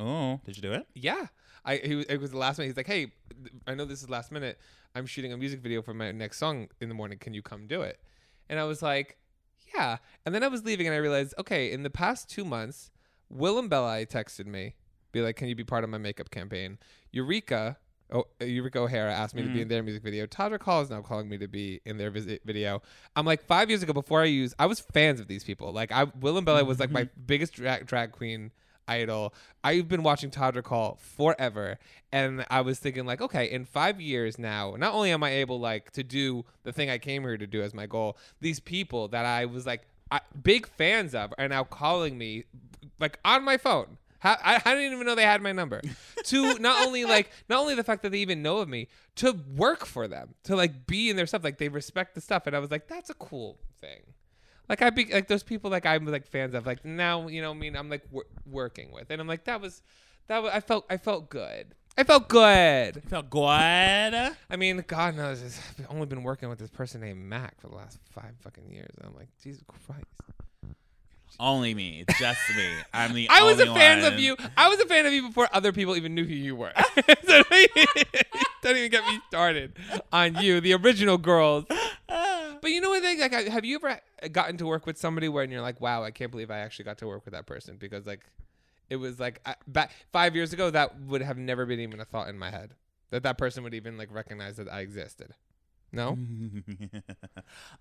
A: ooh. Did you do it?
B: Yeah. I he was, it was the last minute. He's like, "Hey, th- I know this is last minute. I'm shooting a music video for my next song in the morning. Can you come do it?" And I was like, "Yeah." And then I was leaving and I realized, okay, in the past 2 months, Willem Belli texted me, be like, "Can you be part of my makeup campaign?" Eureka Oh, Eureka O'Hara asked me to be in their music video. Todrick Hall is now calling me to be in their visit video. I'm like five years ago before I used, I was fans of these people. Like I, Willem Bella was like my biggest drag, drag queen idol. I've been watching Todrick Hall forever, and I was thinking like, okay, in five years now, not only am I able like to do the thing I came here to do as my goal, these people that I was like I, big fans of are now calling me like on my phone. How, I, I didn't even know they had my number. To not only like not only the fact that they even know of me, to work for them, to like be in their stuff, like they respect the stuff, and I was like, that's a cool thing. Like I be like those people like I'm like fans of like now you know what I mean I'm like wor- working with, and I'm like that was that was I felt I felt good. I felt good.
A: Felt good.
B: I mean, God knows, it's, I've only been working with this person named Mac for the last five fucking years. I'm like, Jesus Christ.
A: Only me, just me. I'm the.
B: I was a
A: only
B: fan
A: one.
B: of you. I was a fan of you before other people even knew who you were. so don't even- don't even get me started on you, the original girls. But you know what? Thing, like, I- have you ever gotten to work with somebody where you're like, wow, I can't believe I actually got to work with that person because like, it was like I, back five years ago that would have never been even a thought in my head that that person would even like recognize that I existed. No.
A: Mm.
B: Oh.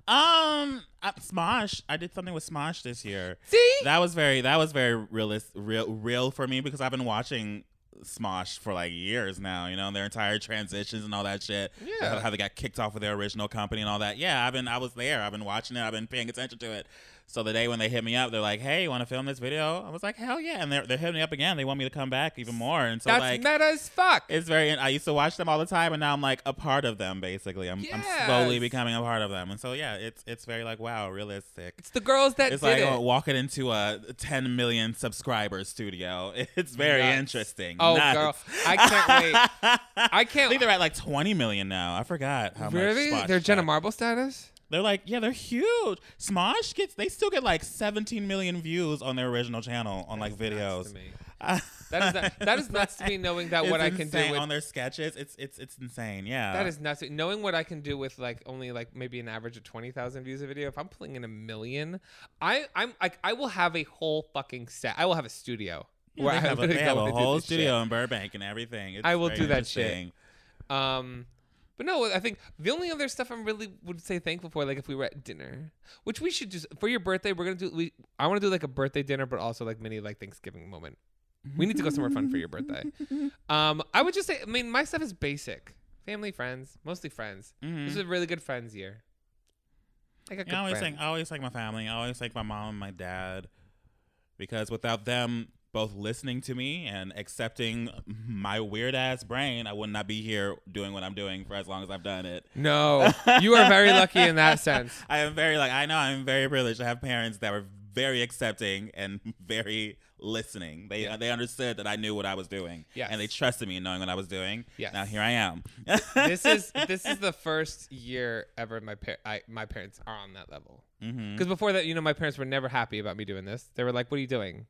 A: um, uh, Smosh. I did something with Smosh this year.
B: See.
A: That was very. That was very realist, real, real for me because I've been watching Smosh for like years now. You know, and their entire transitions and all that shit.
B: Yeah.
A: How they got kicked off of their original company and all that. Yeah, I've been. I was there. I've been watching it. I've been paying attention to it. So the day when they hit me up, they're like, "Hey, you want to film this video?" I was like, "Hell yeah!" And they're they're hitting me up again. They want me to come back even more. And so
B: That's
A: like,
B: meta as fuck.
A: It's very. I used to watch them all the time, and now I'm like a part of them. Basically, I'm, I'm slowly
B: Yes.
A: becoming a part of them, and so yeah, it's it's very like wow, realistic.
B: It's the girls that
A: It's
B: did
A: like
B: it.
A: uh, walking into a 10 million subscriber studio. It's very
B: Nuts.
A: interesting.
B: Oh,
A: Nuts.
B: girl, I can't
A: wait.
B: I
A: I
B: can't.
A: think they're at like 20 million now. I forgot how
B: really?
A: much. Smosh
B: They're Jenna
A: got.
B: Marble status?
A: They're like yeah, they're huge. Smosh gets they still get like 17 million views on their original channel on like videos.
B: Nuts to me. That is not, that is nuts to me. Knowing that
A: It's
B: what I can do
A: insane.
B: with
A: on their sketches. It's it's it's insane. Yeah.
B: that is nuts. Knowing what I can do with like only like maybe an average of twenty thousand views a video. If I'm pulling in a million, I I'm like I will have a whole fucking set. I will have a studio.
A: Yeah,
B: where
A: they
B: I'm
A: have a,
B: gonna
A: they
B: go
A: have a
B: and do
A: whole
B: this shit.
A: studio in Burbank and everything. It's
B: I will
A: very
B: do that shit.
A: interesting.
B: Um, but no, I think the only other stuff I'm really would say thankful for, like if we were at dinner, which we should just for your birthday, we're gonna do. We I want to do like a birthday dinner, but also like mini like Thanksgiving moment. We need to go somewhere fun for your birthday. Um, I would just say, I mean, my stuff is basic: family, friends, mostly friends.
A: Mhm.
B: This is a really good friends year. I got
A: And I
B: good
A: always
B: friends.
A: think I always thank my family. I always thank my mom and my dad because without them both listening to me and accepting my weird ass brain, I would not be here doing what I'm doing for as long as I've done it.
B: no, you are very lucky in that sense.
A: I am very like I know I'm very privileged to have parents that were very accepting and very listening. They they understood that I knew what I was doing,
B: Yes.
A: and they trusted me in knowing what I was doing.
B: Yes.
A: Now here I am.
B: This is this is the first year ever my par- I, my parents are on that level.
A: Mhm.
B: Because before that, you know, my parents were never happy about me doing this. They were like, "What are you doing?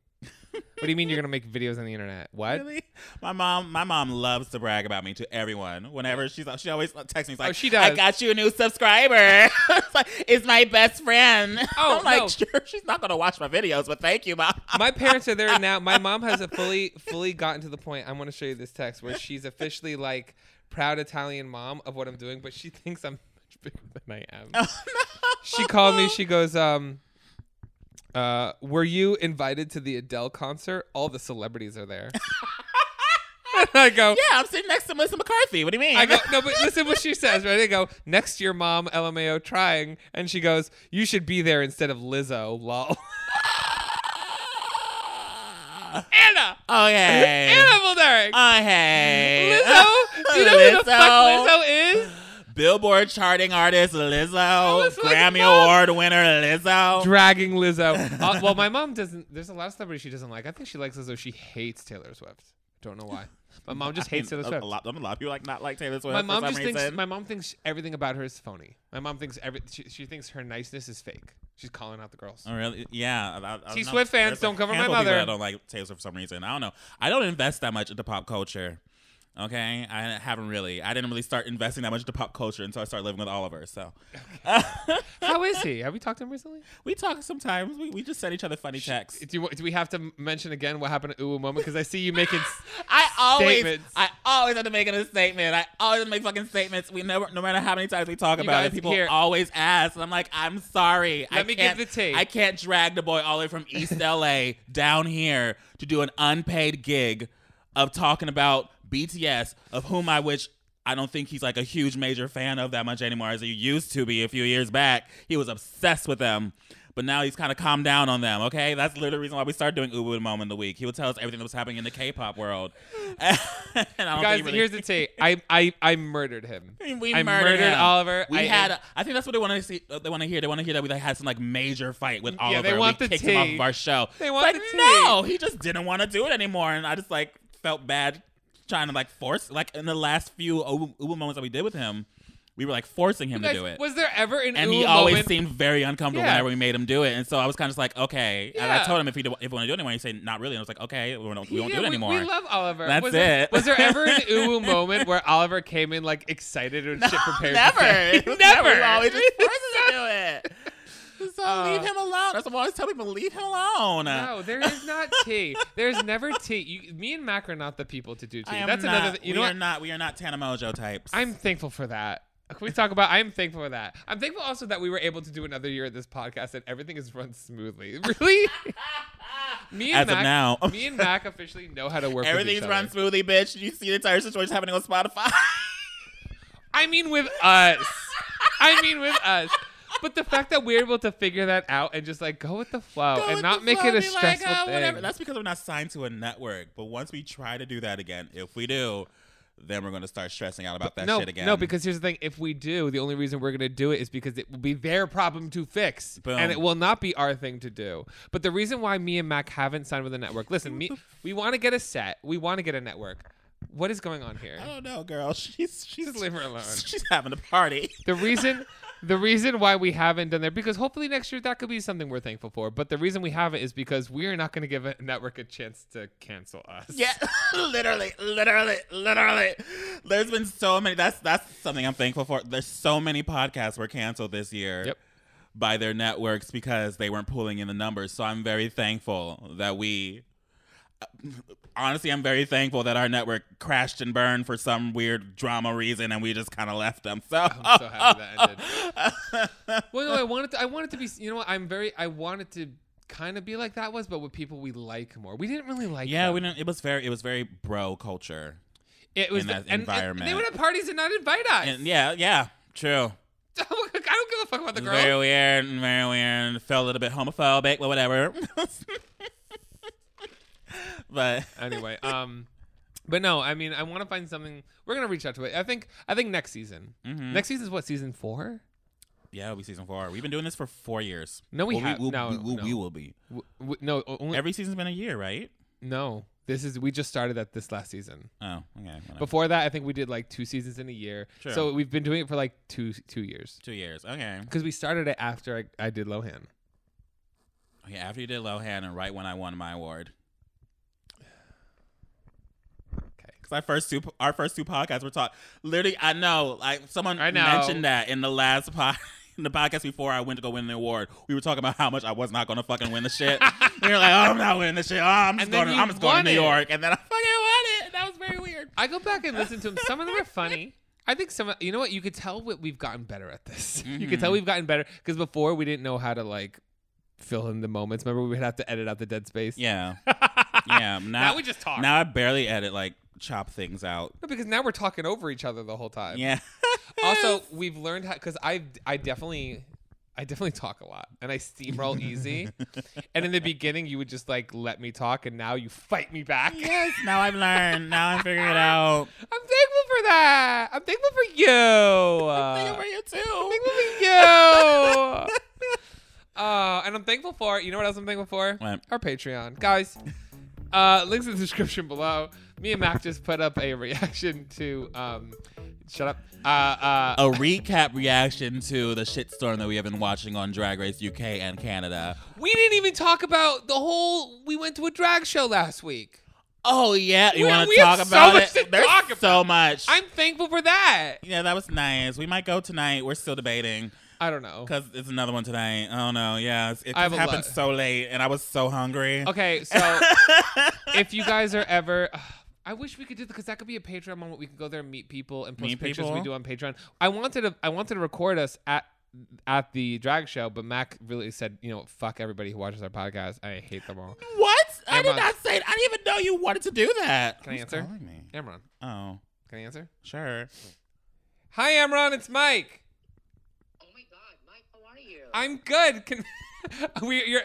B: what do you mean you're gonna make videos on the internet? What?
A: Really? My mom, my mom loves to brag about me to everyone. Whenever she's, she always texts me. She's like,
B: Oh, she does.
A: I got you a new subscriber. it's, like, "It's my best friend.
B: Oh,
A: I'm like,
B: no.
A: sure, she's not gonna watch my videos, but thank you, mom.
B: My parents are there now. My mom has a fully fully gotten to the point. I want to show you this text where she's officially like proud Italian mom of what I'm doing, but she thinks I'm much bigger than I am. She called me. She goes, um, uh, "Were you invited to the Adele concert? All the celebrities are there." and I go,
A: yeah, I'm sitting next to Melissa McCarthy. What do you mean?
B: I go, no, but listen what she says, right? I go, next year, mom, LMAO trying. And she goes, you should be there instead of Lizzo, lol. Anna!
A: okay.
B: Anna Volderic!
A: okay.
B: Lizzo? Do you know who the fuck
A: Lizzo.
B: Lizzo is? Oh,
A: Billboard charting artist Lizzo,
B: was like,
A: Grammy
B: Mom.
A: Award winner Lizzo.
B: Dragging Lizzo. Uh, well, my mom doesn't, there's a lot of celebrities she doesn't like. I think she likes Lizzo. She hates Taylor Swift. Don't know why. My mom just
A: I mean,
B: hates Taylor
A: a-
B: Swift.
A: A lot, a lot of people like not like Taylor Swift.
B: My
A: for
B: mom
A: some
B: just thinks
A: reason.
B: my mom thinks everything about her is phony. My mom thinks every she, she thinks her niceness is fake. She's calling out the girls.
A: Oh, really? Yeah. I- I, I don't
B: See,
A: know.
B: Swift fans,
A: a
B: don't cover my
A: handful of people
B: mother.
A: that don't like Taylor Swift for some reason. I don't know. I don't invest that much into pop culture. Okay, I haven't really. I didn't really start investing that much into pop culture until I started living with Oliver. So
B: How is he? Have we talked to him recently?
A: we talk sometimes. We, we just send each other funny texts.
B: Do, you, do we have to m- mention again what happened to Uwu Moment? Because I see you making. s-
A: I always,
B: Statements.
A: I always have to make a statement. I always have to make fucking statements. We never, no matter how many times we talk
B: You
A: about it,
B: guys,
A: people
B: here-
A: always ask, and I'm like, I'm sorry. I
B: Let me give
A: can't-
B: the tea.
A: I can't drag the boy all the way from East LA down here to do an unpaid gig of talking about BTS, of whom I wish. I don't think he's like a huge major fan of that much anymore as he used to be a few years back. He was obsessed with them. But now he's kind of calmed down on them. Okay, that's literally the reason why we started doing Ubu and Mom in the week. He would tell us everything that was happening in the K-pop world. and I don't
B: Guys,
A: think he really-
B: here's the tea. I, I, I murdered him.
A: we
B: I
A: murdered, him.
B: Oliver.
A: We
B: I,
A: had. I think that's what they want to see. uh, They want to hear. They want to hear that we like, had some like major fight with Oliver.
B: they
A: and
B: want
A: we
B: the
A: kicked him off
B: tea.
A: of our show.
B: They want
A: But
B: the tea.
A: no, he just didn't want to do it anymore, and I just like felt bad trying to like force. Like in the last few Ubu Ubu moments that we did with him, we were like forcing him
B: guys,
A: to do it.
B: Was there ever an
A: and
B: ooh
A: he always
B: moment?
A: seemed very uncomfortable
B: Yeah.
A: whenever we made him do it, and so I was kind of just like, okay. And
B: Yeah.
A: I told him if he did, if we want to do it anymore, he said not really. And I was like, okay, we don't, we won't
B: Yeah,
A: do it anymore.
B: We, love Oliver.
A: That's
B: was there-
A: it.
B: was there ever an uwu moment where Oliver came in like excited and shit prepared? to
A: Never.
B: say-
A: It was
B: never.
A: He always just forces to do it. So
B: Uh,
A: leave him alone. That's what I always tell people. Leave him alone.
B: No, there is not tea. There's never tea. You, me and Mac are not the people to do tea.
A: I am
B: That's
A: not,
B: another. Th- you
A: we
B: know
A: are
B: what?
A: not. We are not Tana Mojo types.
B: I'm thankful for that. Can we talk about? I'm thankful for that. I'm thankful also that we were able to do another year of this podcast and everything has run smoothly. Really? me and
A: As of
B: Mac,
A: now.
B: me and Mac officially know how to work.
A: Everything's
B: with each
A: run
B: Other.
A: smoothly, bitch. You see the entire situation happening on Spotify.
B: I mean, with us. I mean, with us. But the fact that we're able to figure that out and just like go with the flow
A: Go
B: and
A: with
B: not
A: the
B: make
A: flow,
B: it a
A: be like,
B: stressful
A: "Ah,
B: thing.
A: whatever." That's because we're not signed to a network. But once we try to do that again, if we do, then we're going to start stressing out about that
B: no,
A: shit again.
B: no, because here's the thing: if we do, the only reason we're gonna do it is because it will be their problem to fix,
A: Boom.
B: and it will not be our thing to do. But the reason why me and Mac haven't signed with a network, listen, me, we want to get a set, we want to get a network. What is going on here?
A: I don't know, Oh, girl. She's she's
B: Just leave her alone.
A: She's having a party.
B: The reason, the reason why we haven't done that, because hopefully next year that could be something we're thankful for. But the reason we haven't is because we are not gonna give a network a chance to cancel us.
A: Yeah, literally, literally, literally. There's been so many. That's that's something I'm thankful for. There's so many podcasts were canceled this year
B: Yep.
A: by their networks because they weren't pulling in the numbers. So I'm very thankful that we. uh, Honestly, I'm very thankful that our network crashed and burned for some weird drama reason, and we just kind of left them. So,
B: I'm so happy that ended. well, no, I wanted to. I wanted to be. You know what? I'm very. I wanted to kind of be like that was, but with people we like more. We didn't really like.
A: yeah,
B: them.
A: we didn't, it was very it was very bro culture,
B: It was
A: in
B: the-
A: that
B: and- and- And, they
A: environment.
B: would have parties and not invite us.
A: and yeah, yeah, true.
B: I don't give a fuck about the girl.
A: Very weird, and very weird. and Felt a little bit homophobic, but whatever. but
B: anyway, um, but no, I mean, I want to find something. We're gonna reach out to it. I think. I think next season.
A: Mm-hmm.
B: Next season is what season four.
A: yeah, it'll be season four. We've been doing this for four years.
B: No, we
A: Well,
B: have-
A: will-
B: no,
A: we, will-
B: no.
A: we will be.
B: W- w- no, o- only
A: Every season's been a year, right?
B: no. This is we just started at this last season.
A: Oh, okay. whatever.
B: Before that, I think we did like two seasons in a year.
A: Sure.
B: So we've been doing it for like two two years.
A: Two years. Okay.
B: Because we started it after I, I did Lohan.
A: Okay, After you did Lohan and right when I won my award.
B: Okay.
A: Because our first two, our first two podcasts were taught. Literally, I know. Like someone
B: I know.
A: mentioned that in the last pod, in the podcast before I went to go win the award, we were talking about how much I was not going to fucking win the shit. we were like, "Oh, I'm not winning the shit. Oh, I'm just
B: And then
A: going. To,
B: you
A: I'm just going to
B: won
A: New
B: it.
A: York." And then I fucking won it. That was very weird.
B: I go back and listen to them. Some of them are funny. I think some, you know what? You could tell what we've gotten better at this. You could tell we've gotten better because before we didn't know how to like fill in the moments. Remember, we would have to edit out the dead space.
A: Yeah, yeah. Now,
B: Now we just talk.
A: Now I barely edit, like chop things out.
B: No, because now we're talking over each other the whole time.
A: Yeah.
B: Also, we've learned how because I I definitely I definitely talk a lot and I steamroll easy. and in the beginning, you would just like let me talk, and now you fight me back.
A: yes. Now I've learned. Now I'm figuring it out.
B: I'm thankful for that. I'm thankful for you.
A: Thank
B: I'm
A: you for you too.
B: thankful for you. Uh, and I'm thankful for you know what else I'm thankful for?
A: What?
B: Our Patreon, guys. Uh, links in the description below. Me and Mac just put up a reaction to um, shut up. Uh, uh,
A: a recap reaction to the shitstorm that we have been watching on Drag Race UK and Canada.
B: We didn't even talk about the whole. We went to a drag show last week.
A: Oh yeah, you
B: We-
A: want
B: we
A: to talk
B: have so
A: about
B: much
A: it?
B: to
A: There's
B: talk about.
A: so much.
B: I'm thankful for that.
A: yeah, that was nice. We might go tonight. We're still debating
B: I don't know.
A: because it's another one tonight. I don't know. Yeah, it's, it
B: I have
A: just
B: a
A: happened
B: lot.
A: so late, and I was so hungry.
B: Okay, so if you guys are ever. I wish we could do that because that could be a Patreon moment. We could go there and meet people and post
A: Meet
B: pictures we
A: people?
B: do on Patreon. I wanted to I wanted to record us at at the drag show, but Mac really said, you know, fuck everybody who watches our podcast. I hate them all.
A: What? I
B: Amron.
A: did not say. I didn't even know you wanted to do that.
B: Can I
A: Who's
B: answer?
A: calling me?
B: Amron,
A: Oh,
B: can I answer?
A: sure.
B: Hi, Amron, it's Mike.
E: Oh my God, Mike, how are you?
B: I'm good. Can we your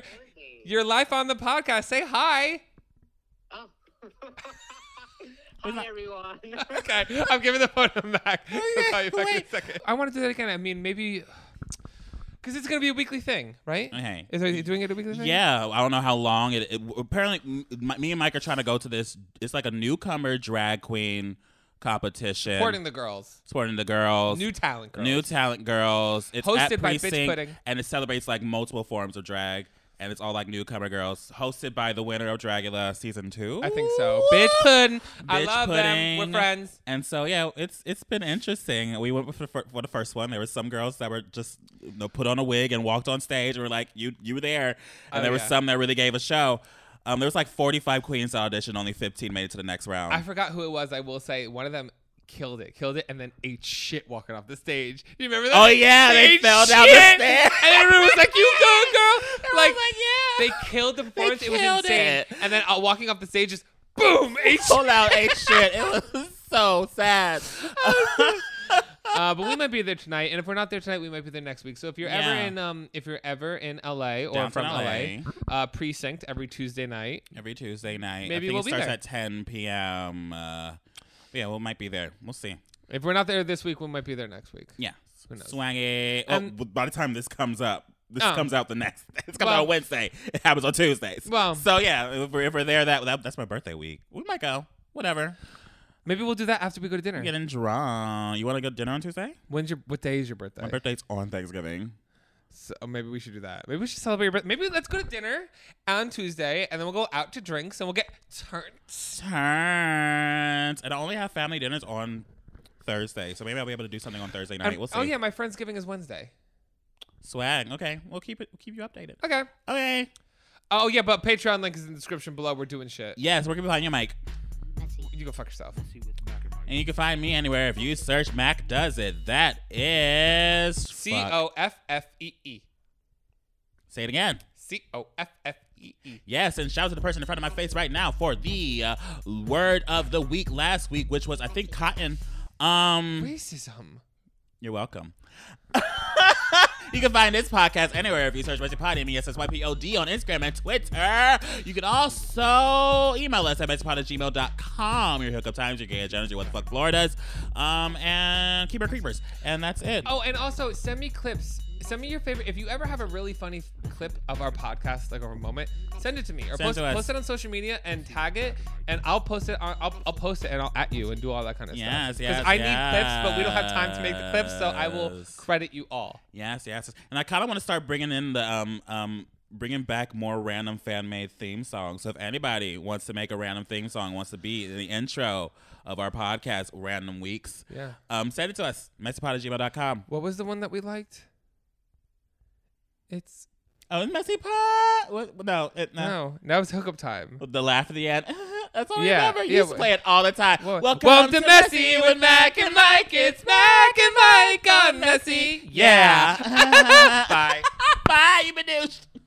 B: your life on the podcast. Say hi.
E: Oh. Hi, everyone.
B: Okay, I'm giving the phone back. I'll call you back in a
A: wait.
B: second. Oh, I want to do that again. I mean, maybe because it's gonna be a weekly thing, right?
A: Okay.
B: Is are you doing it a weekly thing?
A: Yeah, I don't know how long it. it apparently, m- my, me and Mike are trying to go to this. It's like a newcomer drag queen competition.
B: Supporting the girls,
A: supporting the girls.
B: new talent girls.
A: New talent girls. It's
B: Hosted
A: at
B: by Bitch
A: Precinct,
B: Pudding.
A: and it celebrates like multiple forms of drag, and it's all like newcomer girls. Hosted by the winner of Dragula season two.
B: I think so. Bitch pudding. I
A: Bitch
B: love them. We're
A: pudding.
B: friends.
A: And so yeah, it's it's been interesting. We went for the, fir- for the first one. There were some girls that were just you know, put on a wig and walked on stage. And were like, you you were there. And
B: Oh,
A: there were
B: yeah.
A: some that really gave a show. Um, there was like 45 queens to audition. Only 15 made it to the next round.
B: I forgot who it was. I will say one of them killed it, killed it, and then ate shit walking off the stage. You remember that?
A: Oh, yeah, they
B: ate
A: fell down the
B: shit!
A: stairs.
B: and everyone was like, "You go, girl!" Like,
A: yeah.
B: they killed the performance. it was
A: killed
B: insane.
A: it.
B: And then uh, walking off the stage, just boom, ate shit.
A: out ate shit. It was so sad.
B: Uh, but we might be there tonight, and if we're not there tonight, we might be there next week. So if you're ever
A: Yeah.
B: in, um, if you're ever in LA or
A: Downtown
B: from LA,
A: LA.
B: uh, precinct every Tuesday night.
A: Every Tuesday night. I
B: Maybe
A: think
B: we'll
A: it
B: be
A: starts
B: there.
A: at 10 p.m. Uh, yeah, we might be there. We'll see.
B: If we're not there this week, we might be there next week.
A: Yeah.
B: knows?
A: Swangy.
B: Um,
A: oh, by the time this comes up, this
B: Oh.
A: comes out the next. This comes
B: Well-
A: out on Wednesday. It happens on Tuesdays.
B: Well-
A: so yeah, if we're, if we're there, that, that that's my birthday week. We might go. Whatever.
B: Maybe we'll do that after we go to dinner.
A: Getting drunk. You want to go to dinner on Tuesday?
B: When's your what day is your birthday?
A: My birthday's on Thanksgiving.
B: So maybe we should do that. Maybe we should celebrate your birthday. Maybe let's go to dinner on Tuesday, and then we'll go out to drinks, and we'll get turned.
A: Turns. And I only have family dinners on Thursday, so maybe I'll be able to do something on Thursday night.
B: And-
A: we'll see.
B: oh yeah, my friend's giving is Wednesday.
A: Swag. Okay. We'll keep it. We'll keep you updated.
B: Okay.
A: Okay.
B: Oh yeah, but Patreon link is in the description below. We're doing shit.
A: Yes, we're gonna be behind your mic.
B: You go fuck yourself.
A: And you can find me anywhere if you search Mac Does It. That is.
B: C
A: fuck.
B: O F F E E.
A: Say it again.
B: C O F F E E.
A: Yes, and shout out to the person in front of my face right now for the uh, word of the week last week, which was I think cotton. Um,
B: Racism.
A: you're welcome. you can find this podcast anywhere if you search Basic Pod, M-E-S-S-Y-P-O-D on Instagram and Twitter. You can also email us at basicpod at gmail.com. Your hookup times, your gay agendas, your what the fuck Floridas, um, and keep our creepers. And that's it.
B: Oh, and also send me clips. Send me your favorite. If you ever have a really funny f- clip of our podcast, like of a moment, send it to me or
A: Send
B: post,
A: to us.
B: post it on social media and tag it, and I'll post it. On, I'll, I'll post it and I'll at you and do all that kind of
A: Yes,
B: stuff.
A: yes,
B: I need clips, but we don't have time to make the clips, so I will
A: yes.
B: credit you all.
A: Yes, yes. And I kind of want to start bringing in the um um bringing back more random fan made theme songs. So if anybody wants to make a random theme song, wants to be in the intro of our podcast, Random Weeks,
B: Yeah.
A: um, send it to us, messypod@gmail.com.
B: What was the one that we liked? It's
A: Oh, it's messy pod. What? No, it, no.
B: no, that was hookup time.
A: The laugh at the end. That's all
B: Yeah,
A: I remember. You
B: yeah,
A: used to
B: wh-
A: play it all the time.
B: What-
A: Welcome,
B: Welcome to Messy with Mac and Mike. It's Mac and Mike on Messy.
A: Yeah.
B: Bye.
A: Bye. You been douche.